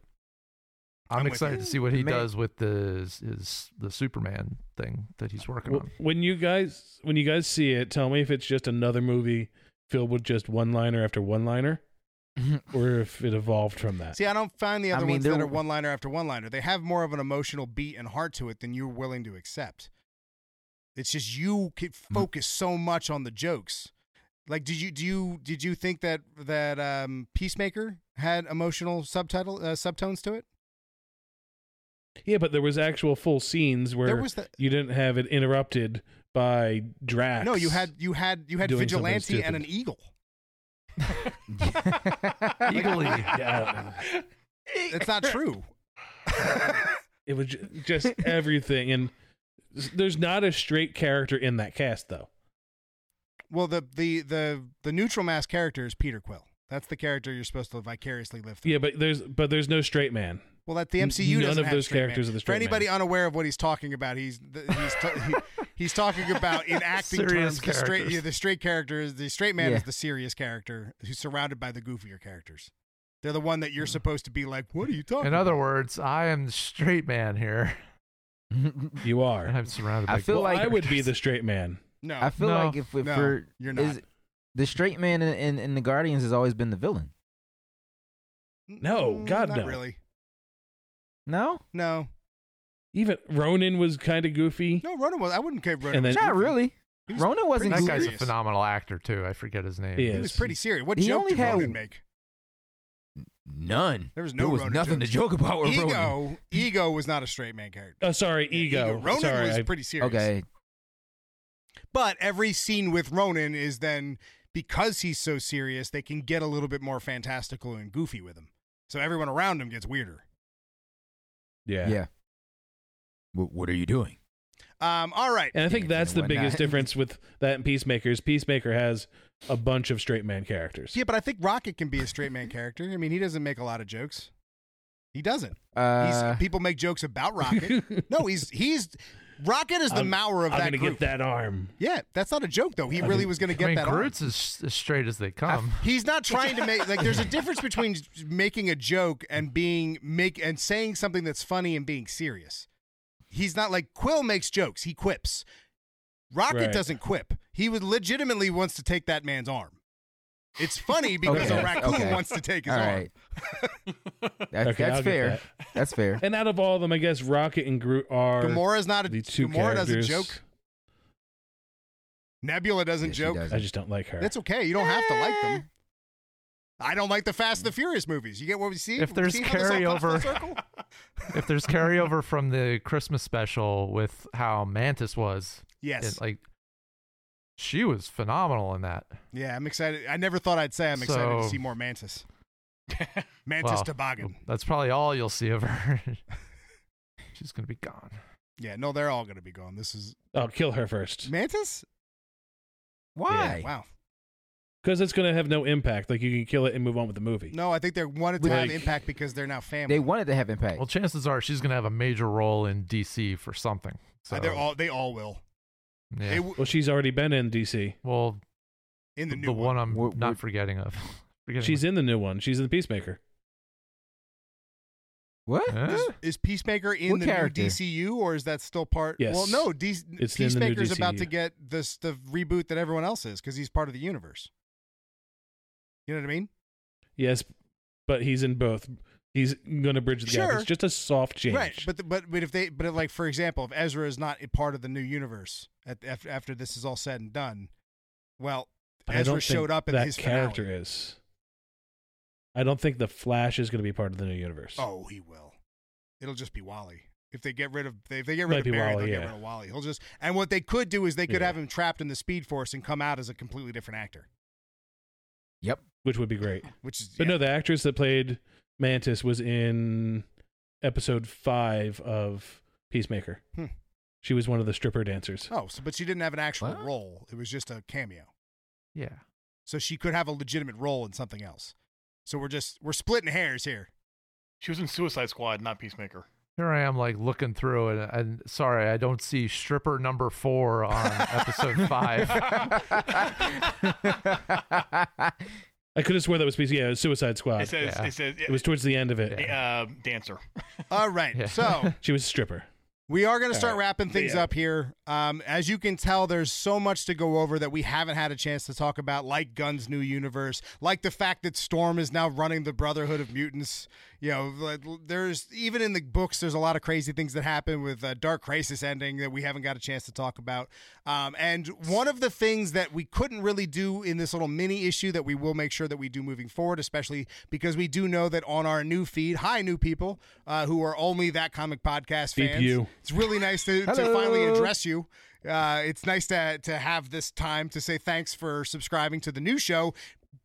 [SPEAKER 8] I'm,
[SPEAKER 4] I'm with
[SPEAKER 8] excited
[SPEAKER 4] you.
[SPEAKER 8] to see what he
[SPEAKER 6] Man-
[SPEAKER 8] does with the his, his the Superman thing that he's working
[SPEAKER 7] Wh-
[SPEAKER 8] on.
[SPEAKER 7] when you guys when you guys see it, tell me if it's just another movie filled with just one liner after one liner, or if it evolved from that.
[SPEAKER 4] See, I don't find the
[SPEAKER 6] I
[SPEAKER 4] other
[SPEAKER 6] mean,
[SPEAKER 4] ones that
[SPEAKER 6] there-
[SPEAKER 4] are one liner after one liner. They have more of an emotional beat and heart to it than you're willing to accept. It's just you could
[SPEAKER 7] Mm-hmm.
[SPEAKER 4] focus so much on the jokes. Like, did you do you did you think that that um, Peacemaker had emotional subtitle uh, subtones to it?
[SPEAKER 7] Yeah, but there was actual full scenes where
[SPEAKER 4] There was the-
[SPEAKER 7] you didn't have it interrupted by Drax.
[SPEAKER 4] No, you had you had you had
[SPEAKER 7] Doing something
[SPEAKER 4] vigilante and an
[SPEAKER 7] stupid.
[SPEAKER 4] eagle.
[SPEAKER 8] Eagle Eye.
[SPEAKER 7] Yeah, I don't know.
[SPEAKER 4] It's not true.
[SPEAKER 7] It was ju- just everything, and s- there's not a straight character in that cast though.
[SPEAKER 4] Well, the the the the neutral mass character is Peter Quill. That's the character you're supposed to vicariously live through.
[SPEAKER 7] Yeah, but there's but there's no straight man.
[SPEAKER 4] Well, that the
[SPEAKER 7] N-
[SPEAKER 4] MCU
[SPEAKER 7] none
[SPEAKER 4] doesn't
[SPEAKER 7] of
[SPEAKER 4] have
[SPEAKER 7] those
[SPEAKER 4] straight
[SPEAKER 7] characters
[SPEAKER 4] man.
[SPEAKER 7] are the
[SPEAKER 4] For
[SPEAKER 7] straight
[SPEAKER 4] anybody
[SPEAKER 7] man.
[SPEAKER 4] unaware of what he's talking about, he's th- he's t- he, he's talking about in acting
[SPEAKER 8] Serious
[SPEAKER 4] terms. The straight,
[SPEAKER 8] characters.
[SPEAKER 4] yeah, the straight character is the straight man
[SPEAKER 6] Yeah.
[SPEAKER 4] is the serious character who's surrounded by the goofier characters. They're the one that
[SPEAKER 7] Hmm.
[SPEAKER 4] you're supposed to be like, what are you talking?
[SPEAKER 8] In other
[SPEAKER 4] about?
[SPEAKER 8] words, I am the straight man here.
[SPEAKER 7] You
[SPEAKER 8] And
[SPEAKER 7] are.
[SPEAKER 8] I'm surrounded by
[SPEAKER 6] I feel
[SPEAKER 7] Well,
[SPEAKER 6] like
[SPEAKER 7] I would be the straight man.
[SPEAKER 4] no,
[SPEAKER 6] I feel
[SPEAKER 8] No.
[SPEAKER 6] like if, if
[SPEAKER 4] No,
[SPEAKER 6] we're
[SPEAKER 4] you're not.
[SPEAKER 6] is- the straight man in, in, in the Guardians has always been the villain.
[SPEAKER 7] No,
[SPEAKER 4] Mm,
[SPEAKER 7] God,
[SPEAKER 4] not
[SPEAKER 7] no.
[SPEAKER 4] really.
[SPEAKER 6] No,
[SPEAKER 4] No,
[SPEAKER 7] Even Ronan was kind of goofy.
[SPEAKER 4] no, Ronan was. I wouldn't care. Ronan
[SPEAKER 7] And
[SPEAKER 4] was
[SPEAKER 7] then-
[SPEAKER 6] not
[SPEAKER 4] goofy.
[SPEAKER 6] really.
[SPEAKER 4] He was
[SPEAKER 6] Ronan wasn't
[SPEAKER 4] pretty
[SPEAKER 8] that
[SPEAKER 6] goofy.
[SPEAKER 8] guy's a
[SPEAKER 4] serious.
[SPEAKER 8] phenomenal actor too. I forget his name.
[SPEAKER 7] He
[SPEAKER 4] He
[SPEAKER 7] is.
[SPEAKER 4] was pretty serious. What
[SPEAKER 6] He
[SPEAKER 4] joke
[SPEAKER 6] only
[SPEAKER 4] did
[SPEAKER 6] had-
[SPEAKER 4] Ronan make?
[SPEAKER 6] None.
[SPEAKER 4] There was no
[SPEAKER 6] There was
[SPEAKER 4] Ronan
[SPEAKER 6] nothing
[SPEAKER 4] jokes.
[SPEAKER 6] to joke about with Ronan.
[SPEAKER 4] Ego, ego was not a straight man character.
[SPEAKER 7] Oh, sorry,
[SPEAKER 4] Yeah,
[SPEAKER 7] ego.
[SPEAKER 4] Ronan
[SPEAKER 7] sorry,
[SPEAKER 4] was
[SPEAKER 7] I-
[SPEAKER 4] pretty serious.
[SPEAKER 6] Okay,
[SPEAKER 4] But every scene with Ronan is then because he's so serious, they can get a little bit more fantastical and goofy with him. So everyone around him gets weirder.
[SPEAKER 7] yeah.
[SPEAKER 6] yeah. What, what are you doing?
[SPEAKER 4] Um, all right.
[SPEAKER 7] And I think
[SPEAKER 6] Yeah,
[SPEAKER 7] that's
[SPEAKER 6] and
[SPEAKER 7] the biggest
[SPEAKER 6] whatnot.
[SPEAKER 7] difference with that and Peacemaker's. Peacemaker has a bunch of straight man characters.
[SPEAKER 4] Yeah, but I think Rocket can be a straight man character. I mean, he doesn't make a lot of jokes. He doesn't.
[SPEAKER 6] Uh,
[SPEAKER 4] He's, people make jokes about Rocket. no, he's he's Rocket is the
[SPEAKER 7] I'm-
[SPEAKER 4] Maurer of
[SPEAKER 7] I'm
[SPEAKER 4] that
[SPEAKER 7] gonna
[SPEAKER 4] group.
[SPEAKER 7] get that arm.
[SPEAKER 4] Yeah, that's not a joke though. He
[SPEAKER 7] I
[SPEAKER 4] really
[SPEAKER 7] mean-
[SPEAKER 4] was going to
[SPEAKER 8] I
[SPEAKER 4] get
[SPEAKER 8] mean,
[SPEAKER 4] that. on.
[SPEAKER 8] Groot's as, as straight as they come.
[SPEAKER 4] He's not trying to make like there's a difference between making a joke and being make and saying something that's funny and being serious. He's not like Quill makes jokes, he quips. Rocket
[SPEAKER 7] Right.
[SPEAKER 4] doesn't quip. He would legitimately wants to take that man's arm. It's funny because
[SPEAKER 6] Okay,
[SPEAKER 4] a raccoon
[SPEAKER 6] okay.
[SPEAKER 4] wants to take his
[SPEAKER 6] all
[SPEAKER 4] arm.
[SPEAKER 6] right. That-
[SPEAKER 7] Okay, I'll
[SPEAKER 6] that's
[SPEAKER 7] get
[SPEAKER 6] fair.
[SPEAKER 7] that.
[SPEAKER 6] That's fair.
[SPEAKER 7] And out of all of them, I guess Rocket and Groot are
[SPEAKER 4] Gamora's not a
[SPEAKER 7] the two
[SPEAKER 4] Gamora
[SPEAKER 7] characters.
[SPEAKER 4] doesn't joke. Nebula doesn't
[SPEAKER 6] Yeah, she
[SPEAKER 4] joke.
[SPEAKER 6] does.
[SPEAKER 7] I just don't like her.
[SPEAKER 4] That's okay. You don't have to like them. I don't like the Fast and the Furious movies. You get what we see?
[SPEAKER 8] If there's
[SPEAKER 4] See how this all comes full
[SPEAKER 8] carryover-
[SPEAKER 4] circle?
[SPEAKER 8] if there's carryover from the Christmas special with how Mantis was,
[SPEAKER 4] Yes.
[SPEAKER 8] it, like she was phenomenal in that.
[SPEAKER 4] Yeah, I'm excited. I never thought I'd say I'm excited to
[SPEAKER 8] So-
[SPEAKER 4] see more Mantis. Mantis
[SPEAKER 8] Wow.
[SPEAKER 4] Toboggan.
[SPEAKER 8] That's probably all you'll see of her. She's gonna be gone.
[SPEAKER 4] Yeah, no, they're all gonna be gone. This is
[SPEAKER 7] Oh, kill her first.
[SPEAKER 4] Mantis.
[SPEAKER 6] Why?
[SPEAKER 4] Wow.
[SPEAKER 7] Because it's going to have no impact. Like, you can kill it and move on with the movie.
[SPEAKER 4] No, I think they wanted to have
[SPEAKER 7] Like-
[SPEAKER 4] impact because they're now family.
[SPEAKER 6] They wanted to have impact.
[SPEAKER 8] Well, chances are she's gonna have a major role in DC for something. So
[SPEAKER 4] Uh, they're all. They all will.
[SPEAKER 8] yeah.
[SPEAKER 4] They w-
[SPEAKER 7] Well, she's already been in DC.
[SPEAKER 8] well,
[SPEAKER 4] in the
[SPEAKER 8] the,
[SPEAKER 4] new
[SPEAKER 8] one, I'm
[SPEAKER 6] We're- we're-
[SPEAKER 8] not forgetting of. Forgetting
[SPEAKER 7] She's in the new one. She's in the Peacemaker.
[SPEAKER 6] what?
[SPEAKER 8] Huh?
[SPEAKER 4] Is, is Peacemaker in
[SPEAKER 6] What
[SPEAKER 4] the
[SPEAKER 6] character?
[SPEAKER 4] new DCU or is that still part?
[SPEAKER 7] Yes.
[SPEAKER 4] Well, no. D-
[SPEAKER 7] It's in the new
[SPEAKER 4] Peacemaker's about to
[SPEAKER 7] DCU.
[SPEAKER 4] get this the reboot that everyone else is because he's part of the universe. You know what I mean?
[SPEAKER 7] Yes, but he's in both. He's going to bridge the gap.
[SPEAKER 4] Sure.
[SPEAKER 7] It's just a soft change.
[SPEAKER 4] Right. But the, but but if they but like for example, if Ezra is not a part of the new universe at, after after this is all said and done, well,
[SPEAKER 7] But I
[SPEAKER 4] Ezra
[SPEAKER 7] don't think
[SPEAKER 4] showed up in
[SPEAKER 7] that
[SPEAKER 4] his
[SPEAKER 7] character
[SPEAKER 4] finale.
[SPEAKER 7] is. I don't think the Flash is going to be part of the new universe.
[SPEAKER 4] Oh, he will. It'll just be Wally. If they get rid of if they get
[SPEAKER 7] Might
[SPEAKER 4] rid
[SPEAKER 7] be
[SPEAKER 4] of Barry,
[SPEAKER 7] Wally,
[SPEAKER 4] they'll
[SPEAKER 7] yeah.
[SPEAKER 4] get rid of Wally. He'll just and what they could do is they could
[SPEAKER 7] Yeah.
[SPEAKER 4] have him trapped in the Speed Force and come out as a completely different actor.
[SPEAKER 6] Yep.
[SPEAKER 7] which would be great.
[SPEAKER 4] Which is
[SPEAKER 7] But
[SPEAKER 4] yeah.
[SPEAKER 7] no, the actress that played Mantis was in episode five of Peacemaker.
[SPEAKER 4] Hmm.
[SPEAKER 7] She was one of the stripper dancers.
[SPEAKER 4] Oh, so, but she didn't have an actual
[SPEAKER 6] What?
[SPEAKER 4] role. It was just a cameo.
[SPEAKER 8] yeah.
[SPEAKER 4] So she could have a legitimate role in something else. So we're just we're splitting hairs here.
[SPEAKER 9] She was in Suicide Squad, not Peacemaker.
[SPEAKER 8] Here I am, like looking through it, and sorry, I don't see stripper number four on episode five.
[SPEAKER 7] I could have sworn that was Peacemaker. Yeah, it was Suicide Squad.
[SPEAKER 9] It says
[SPEAKER 8] yeah.
[SPEAKER 9] it says
[SPEAKER 7] it was towards the end of it.
[SPEAKER 9] uh, dancer.
[SPEAKER 4] All right.
[SPEAKER 8] Yeah.
[SPEAKER 4] So
[SPEAKER 7] She was a stripper.
[SPEAKER 4] we are going to start wrapping things
[SPEAKER 7] Yeah.
[SPEAKER 4] up here. Um, as you can tell, there's so much to go over that we haven't had a chance to talk about, like Gunn's new universe, like the fact that Storm is now running the Brotherhood of Mutants. You know, like, there's even in the books, there's a lot of crazy things that happen with uh, Dark Crisis ending that we haven't got a chance to talk about. Um, and one of the things that we couldn't really do in this little mini issue that we will make sure that we do moving forward, especially because we do know that on our new feed, hi, new people uh, who are only that comic podcast
[SPEAKER 7] Beep
[SPEAKER 4] fans.
[SPEAKER 7] you.
[SPEAKER 4] It's really nice to, to
[SPEAKER 6] Hello.
[SPEAKER 4] finally address you. Uh, it's nice to, to have this time to say thanks for subscribing to the new show.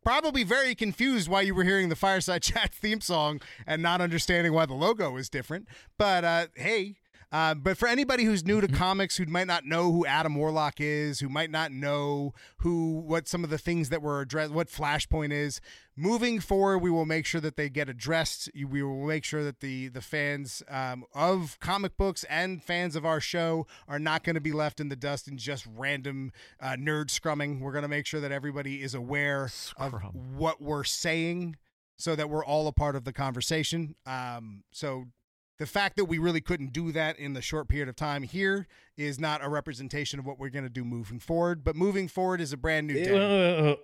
[SPEAKER 4] Probably very confused why you were hearing the Fireside Chat theme song and not understanding why the logo is different. But uh, hey, uh, but for anybody who's new to comics, who might not know who Adam Warlock is, who might not know who what some of the things that were addressed, what Flashpoint is, moving forward, we will make sure that they get addressed. You- We will make sure that the the fans um, of comic books and fans of our show are not going to be left in the dust in just random uh, nerd scrumming. We're going to make sure that everybody is aware of
[SPEAKER 8] Scrum.
[SPEAKER 4] what we're saying, so that we're all a part of the conversation. Um, so the fact that we really couldn't do that in the short period of time here is not a representation of what we're going to do moving forward. But moving forward is a brand new
[SPEAKER 7] It,
[SPEAKER 4] day.
[SPEAKER 7] uh,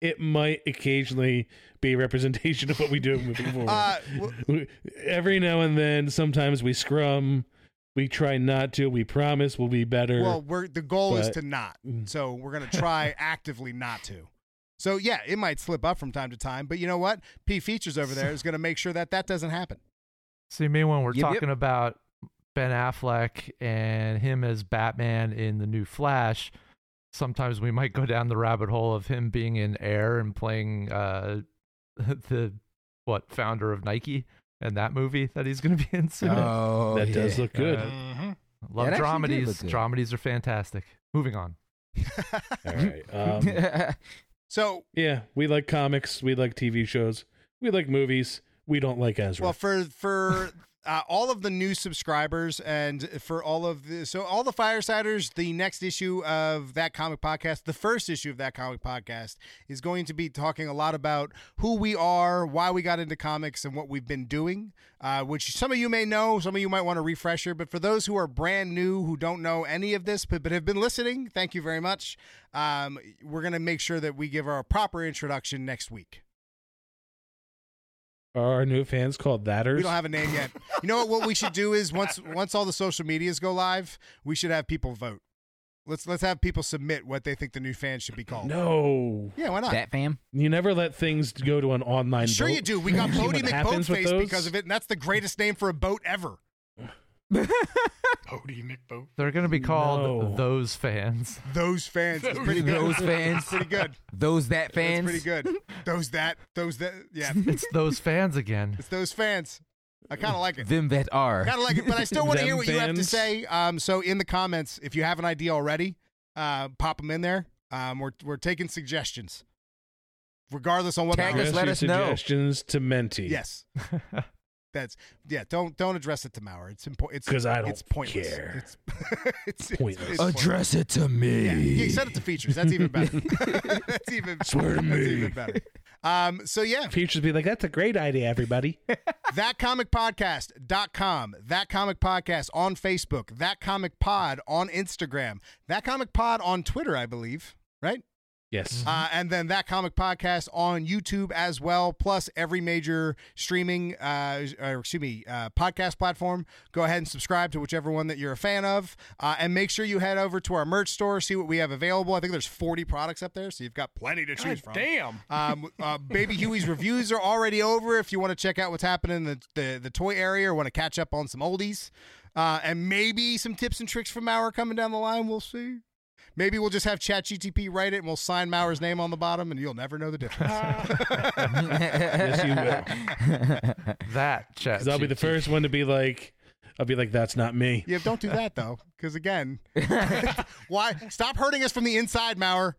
[SPEAKER 7] it might occasionally be a representation of what we do moving forward.
[SPEAKER 4] Uh, well-
[SPEAKER 7] We- Every now and then, sometimes we scrum. We try not to. We promise we'll be better.
[SPEAKER 4] Well, we're the goal is
[SPEAKER 7] but-
[SPEAKER 4] to not.
[SPEAKER 7] Mm.
[SPEAKER 4] So we're gonna try actively not to. So yeah, it might slip up from time to time, but you know what? P Features over there is gonna make sure that that doesn't happen.
[SPEAKER 8] See me when we're
[SPEAKER 6] Yep, yep.
[SPEAKER 8] talking about Ben Affleck and him as Batman in the new Flash. Sometimes we might go down the rabbit hole of him being in Air and playing uh, the what founder of Nike and that movie that he's going to be in soon.
[SPEAKER 6] oh,
[SPEAKER 7] that does
[SPEAKER 6] yeah.
[SPEAKER 7] look Uh, good.
[SPEAKER 8] Uh,
[SPEAKER 9] Mm-hmm.
[SPEAKER 8] Love
[SPEAKER 6] that actually did
[SPEAKER 8] dramedies.
[SPEAKER 6] look good.
[SPEAKER 8] Dramedies are fantastic. Moving on.
[SPEAKER 7] All right. Um,
[SPEAKER 4] So
[SPEAKER 7] yeah, we like comics. We like TV shows. We like movies. We don't like Ezra.
[SPEAKER 4] Well, for for uh, all of the new subscribers and for all of the so all the firesiders, the next issue of that comic podcast, the first issue of that comic podcast, is going to be talking a lot about who we are, why we got into comics, and what we've been doing. Uh, which some of you may know, some of you might want a refresher. But for those who are brand new, who don't know any of this, but but have been listening, thank you very much. Um, we're gonna make sure that we give our proper introduction next week.
[SPEAKER 7] Are our new fans called Thatters?
[SPEAKER 4] We don't have a name yet. You know what? What we should do is once once all the social medias go live, we should have people vote. Let's let's have people submit what they think the new fans should be called.
[SPEAKER 7] no.
[SPEAKER 4] Yeah, why not?
[SPEAKER 6] that fam.
[SPEAKER 7] You never let things go to an online
[SPEAKER 4] sure
[SPEAKER 7] vote.
[SPEAKER 4] you do. We got
[SPEAKER 7] See
[SPEAKER 4] Bodie
[SPEAKER 7] what happens with
[SPEAKER 4] McBoatface
[SPEAKER 7] those?
[SPEAKER 4] because of it, and that's the greatest name for a boat ever.
[SPEAKER 9] Bodie McBoat.
[SPEAKER 8] They're going to be called
[SPEAKER 7] No.
[SPEAKER 8] those fans.
[SPEAKER 4] Those fans. That's pretty good.
[SPEAKER 6] those fans,
[SPEAKER 4] That's pretty good.
[SPEAKER 6] those that fans.
[SPEAKER 4] That's pretty good. Those that. Those that. Yeah.
[SPEAKER 8] It's those fans again.
[SPEAKER 4] It's those fans. I kind of like it.
[SPEAKER 6] Them that are.
[SPEAKER 4] Kind of like it, but I still want to
[SPEAKER 7] Them
[SPEAKER 4] hear what you have to
[SPEAKER 7] fans.
[SPEAKER 4] say. Um, so in the comments, if you have an idea already, uh, pop them in there. Um, we're we're taking suggestions, regardless on what.
[SPEAKER 6] Tag
[SPEAKER 4] Maurer-
[SPEAKER 6] us,
[SPEAKER 7] Address
[SPEAKER 6] let
[SPEAKER 7] your
[SPEAKER 6] know.
[SPEAKER 7] suggestions to Menti.
[SPEAKER 4] Yes. That's yeah. Don't don't address it to Maurer. It's important. It's
[SPEAKER 7] 'Cause I don't
[SPEAKER 4] It's pointless.
[SPEAKER 7] care.
[SPEAKER 4] It's, it's- it's
[SPEAKER 7] Pointless.
[SPEAKER 4] It's, pointless.
[SPEAKER 6] Address it to me.
[SPEAKER 4] Yeah, he said it to features. That's even better. that's even.
[SPEAKER 7] Swear to
[SPEAKER 4] that's
[SPEAKER 7] me.
[SPEAKER 4] even better. Um, so yeah,
[SPEAKER 7] Futures be like, that's a great idea, everybody.
[SPEAKER 4] thatcomicpodcast.com, that comic podcast on Facebook, that comic pod on Instagram, that comic pod on Twitter, I believe, right?
[SPEAKER 7] yes.
[SPEAKER 4] Uh, and then that comic podcast on YouTube as well, plus every major streaming, uh, or excuse me, uh, podcast platform. Go ahead and subscribe to whichever one that you're a fan of, uh, and make sure you head over to our merch store, see what we have available. I think there's 40 products up there, so you've got plenty to choose from.
[SPEAKER 9] God damn.
[SPEAKER 4] Um, uh, Baby Huey's reviews are already over. If you want to check out what's happening in the, the, the toy area or want to catch up on some oldies, uh, and maybe some tips and tricks from Maurer coming down the line, we'll see. Maybe we'll just have ChatGTP write it and we'll sign Maurer's name on the bottom and you'll never know the difference.
[SPEAKER 7] Yes,
[SPEAKER 6] you will.
[SPEAKER 8] That chat.
[SPEAKER 7] 'Cause I'll be the first one to be like, I'll be like, that's not me.
[SPEAKER 4] yeah, don't do that though, because again, why? Stop hurting us from the inside, Maurer.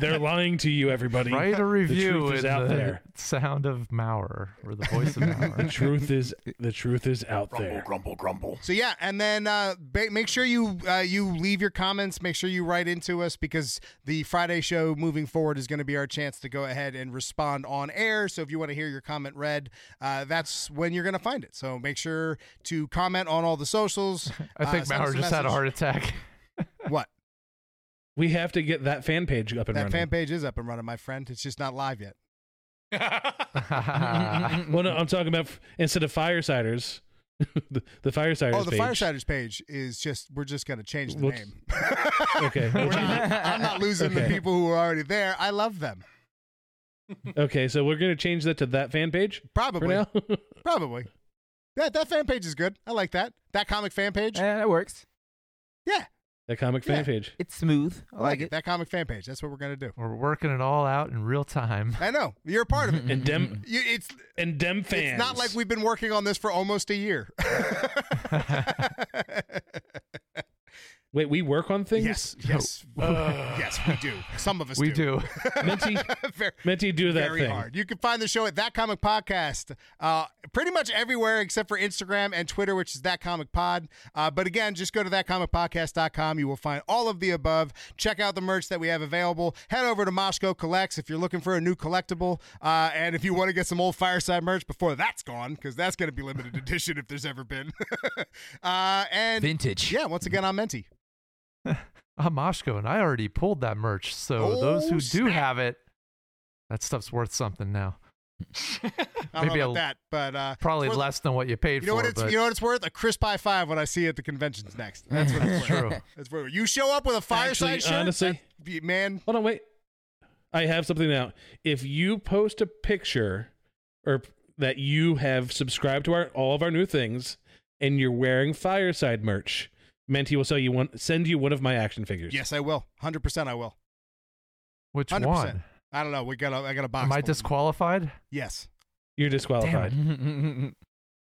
[SPEAKER 7] They're lying to you, everybody.
[SPEAKER 8] Write a review
[SPEAKER 7] truth is
[SPEAKER 8] in
[SPEAKER 7] out
[SPEAKER 8] the
[SPEAKER 7] there.
[SPEAKER 8] sound of Maurer or the voice of
[SPEAKER 7] The
[SPEAKER 8] Maurer.
[SPEAKER 7] truth is, the truth is out
[SPEAKER 9] Grumble,
[SPEAKER 7] there.
[SPEAKER 9] grumble, grumble.
[SPEAKER 4] So yeah, and then uh, ba- make sure you uh, you leave your comments. Make sure you write into us because the Friday show moving forward is going to be our chance to go ahead and respond on air. So if you want to hear your comment read, uh, that's when you're going to find it. So make sure to comment on all the socials.
[SPEAKER 8] I think
[SPEAKER 4] uh, send us
[SPEAKER 8] Maurer just had a
[SPEAKER 4] message.
[SPEAKER 8] heart attack.
[SPEAKER 4] What
[SPEAKER 7] We have to get that fan page up and
[SPEAKER 4] that
[SPEAKER 7] running.
[SPEAKER 4] fan page is up and running, my friend. It's just not live yet.
[SPEAKER 7] well, no, I'm talking about f- instead of firesiders, the, the firesiders.
[SPEAKER 4] Oh, the
[SPEAKER 7] page.
[SPEAKER 4] Firesiders page is just we're just going to change the
[SPEAKER 7] We'll-
[SPEAKER 4] name.
[SPEAKER 7] Okay,
[SPEAKER 4] We're not- I'm not losing the
[SPEAKER 7] Okay.
[SPEAKER 4] people who are already there. I love them.
[SPEAKER 7] okay. So we're gonna change that to that fan page for
[SPEAKER 4] Probably.
[SPEAKER 7] now.
[SPEAKER 4] Probably. That that fan page is good. I like that. That comic fan page.
[SPEAKER 6] Yeah, Eh, that works.
[SPEAKER 4] yeah.
[SPEAKER 7] that comic
[SPEAKER 4] Yeah.
[SPEAKER 7] fan page.
[SPEAKER 6] It's smooth. I
[SPEAKER 4] I like it.
[SPEAKER 6] it.
[SPEAKER 4] That comic fan page. That's what we're gonna do.
[SPEAKER 8] We're working it all out in real time.
[SPEAKER 4] I know. You're a part of it.
[SPEAKER 7] And dem
[SPEAKER 4] You, it's
[SPEAKER 7] and dem fans.
[SPEAKER 4] Mm-hmm. it's not like we've been working on this for almost a year.
[SPEAKER 7] wait. We work on things.
[SPEAKER 4] yes, yes, yes. We do. Some of us
[SPEAKER 8] We
[SPEAKER 4] do.
[SPEAKER 8] do.
[SPEAKER 7] Minty,
[SPEAKER 4] Very-
[SPEAKER 7] Minty, do that
[SPEAKER 4] very
[SPEAKER 7] thing.
[SPEAKER 4] hard. You can find the show at That Comic Podcast, uh, pretty much everywhere except for Instagram and Twitter, which is That Comic Pod. Uh, but again, just go to thatcomicpodcast.com. You will find all of the above. Check out the merch that we have available. Head over to Moscow Collects if you're looking for a new collectible. Uh, and if you want to get some old Fireside merch before that's gone, because that's going to be limited edition if there's ever been. uh, and
[SPEAKER 6] Vintage.
[SPEAKER 4] yeah, once again, I'm Menti.
[SPEAKER 8] Ah, Moshko, and I already pulled that merch, so those
[SPEAKER 4] Oh,
[SPEAKER 8] who do
[SPEAKER 4] snap.
[SPEAKER 8] have it, that stuff's worth something now.
[SPEAKER 4] I don't
[SPEAKER 8] Maybe
[SPEAKER 4] know about
[SPEAKER 8] I'll-
[SPEAKER 4] that, but uh,
[SPEAKER 8] Probably
[SPEAKER 4] it's worth-
[SPEAKER 8] less than what you paid
[SPEAKER 4] You know
[SPEAKER 8] for.
[SPEAKER 4] what it's
[SPEAKER 8] but
[SPEAKER 4] you know what it's worth? A crisp high five when I see you at the conventions next. That's what it's worth.
[SPEAKER 8] true.
[SPEAKER 4] That's what you show up with a fireside
[SPEAKER 7] Actually,
[SPEAKER 4] shirt.
[SPEAKER 7] honestly-
[SPEAKER 4] that- man,
[SPEAKER 7] Hold on, wait. I have something now. If you post a picture or p- that you have subscribed to our all of our new things and you're wearing fireside merch, Menti will sell you one send you one of my action figures.
[SPEAKER 4] yes, I will. Hundred percent, I will.
[SPEAKER 8] Which
[SPEAKER 4] 100%.
[SPEAKER 8] one?
[SPEAKER 4] I don't know. We got. a- I got a box.
[SPEAKER 8] Am I
[SPEAKER 4] full.
[SPEAKER 8] disqualified?
[SPEAKER 4] Yes,
[SPEAKER 7] You're disqualified.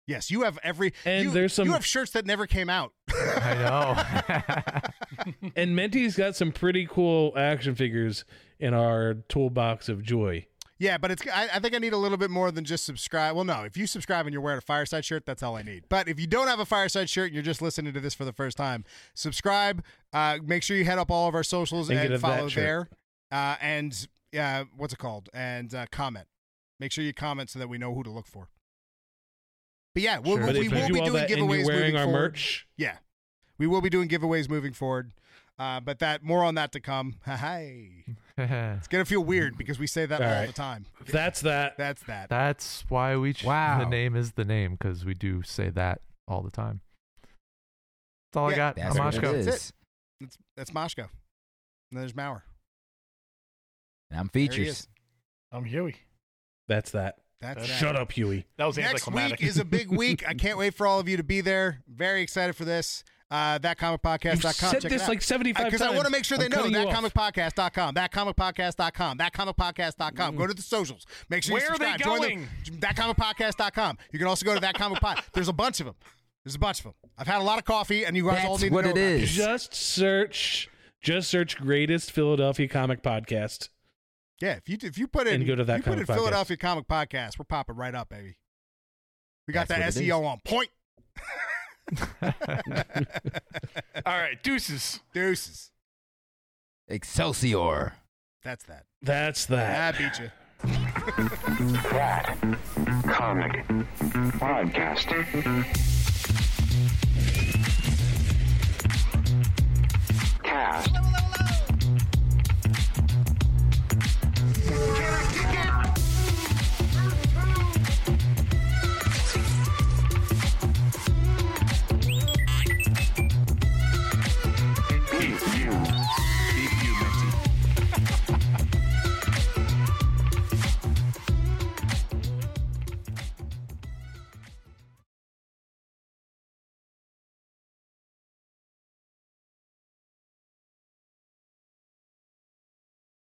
[SPEAKER 4] yes. You have every.
[SPEAKER 7] And
[SPEAKER 4] you,
[SPEAKER 7] there's some-
[SPEAKER 4] You have shirts that never came out.
[SPEAKER 8] I know.
[SPEAKER 7] And Menti's got some pretty cool action figures in our toolbox of joy.
[SPEAKER 4] Yeah, but it's. I, I think I need a little bit more than just subscribe. Well, no. If you subscribe and you're wearing a fireside shirt, that's all I need. But if you don't have a fireside shirt and you're just listening to this for the first time, subscribe. Uh, make sure you head up all of our socials
[SPEAKER 7] And
[SPEAKER 4] and,
[SPEAKER 7] get a
[SPEAKER 4] follow
[SPEAKER 7] that shirt.
[SPEAKER 4] there. Uh, and uh, what's it called? And uh, comment. Make sure you comment so that we know who to look for. But yeah, we'll,
[SPEAKER 8] Sure.
[SPEAKER 7] But
[SPEAKER 4] we
[SPEAKER 7] if you
[SPEAKER 4] will be
[SPEAKER 7] do all
[SPEAKER 4] doing
[SPEAKER 7] that and
[SPEAKER 4] giveaways
[SPEAKER 7] you're wearing
[SPEAKER 4] moving
[SPEAKER 7] our
[SPEAKER 4] forward.
[SPEAKER 7] merch,
[SPEAKER 4] Yeah, we will be doing giveaways moving forward. Uh, but that more on that to come. Hi, it's gonna feel weird because we say that
[SPEAKER 7] All
[SPEAKER 4] all
[SPEAKER 7] right.
[SPEAKER 4] the time.
[SPEAKER 7] that's that.
[SPEAKER 4] That's that.
[SPEAKER 8] That's why we. Ch-
[SPEAKER 6] Wow.
[SPEAKER 8] The name is the name because we do say that all the time. That's all
[SPEAKER 4] Yeah,
[SPEAKER 8] I got.
[SPEAKER 6] That's
[SPEAKER 8] I'm
[SPEAKER 6] what
[SPEAKER 8] Moshko.
[SPEAKER 6] it is.
[SPEAKER 4] That's That's that's Moshko. And there's Maurer.
[SPEAKER 6] And I'm
[SPEAKER 4] There he
[SPEAKER 6] features.
[SPEAKER 4] is.
[SPEAKER 9] I'm Huey.
[SPEAKER 7] That's that.
[SPEAKER 9] Uh,
[SPEAKER 4] That's that.
[SPEAKER 7] Shut up, Huey.
[SPEAKER 9] That was
[SPEAKER 4] Next
[SPEAKER 9] anticlimactic.
[SPEAKER 4] week is a big week. I can't wait for all of you to be there. Very excited for this. Uh,
[SPEAKER 7] You've
[SPEAKER 4] thatcomicpodcast.com.
[SPEAKER 7] said
[SPEAKER 4] Check it
[SPEAKER 7] this
[SPEAKER 4] out.
[SPEAKER 7] like 75
[SPEAKER 4] because I
[SPEAKER 7] times.
[SPEAKER 4] want to make sure they
[SPEAKER 7] I'm
[SPEAKER 4] know
[SPEAKER 7] cutting you off.
[SPEAKER 4] thatcomicpodcast.com, thatcomicpodcast.com, thatcomicpodcast.com. Go to the socials. Make sure you
[SPEAKER 9] Where are they
[SPEAKER 4] subscribe. Join the, thatcomicpodcast.com. You can also go to thatcomicpod. There's a bunch of them. There's a bunch of them. I've had a lot of coffee, and you guys
[SPEAKER 6] That's
[SPEAKER 4] all need
[SPEAKER 6] what
[SPEAKER 4] to know
[SPEAKER 6] it
[SPEAKER 4] about
[SPEAKER 6] is.
[SPEAKER 7] Just search, just search greatest Philadelphia comic podcast.
[SPEAKER 4] Yeah, if you if you put in
[SPEAKER 7] And go to that
[SPEAKER 4] if you put in
[SPEAKER 7] comic podcast.
[SPEAKER 4] Philadelphia Comic Podcast, we're popping right up, baby. We got
[SPEAKER 6] That's
[SPEAKER 4] that
[SPEAKER 6] what it
[SPEAKER 4] E
[SPEAKER 6] is.
[SPEAKER 4] SEO on point.
[SPEAKER 9] All right, deuces.
[SPEAKER 4] Deuces.
[SPEAKER 6] Excelsior.
[SPEAKER 4] That's that.
[SPEAKER 7] That's that.
[SPEAKER 4] I beat you.
[SPEAKER 2] That comic podcast. Cast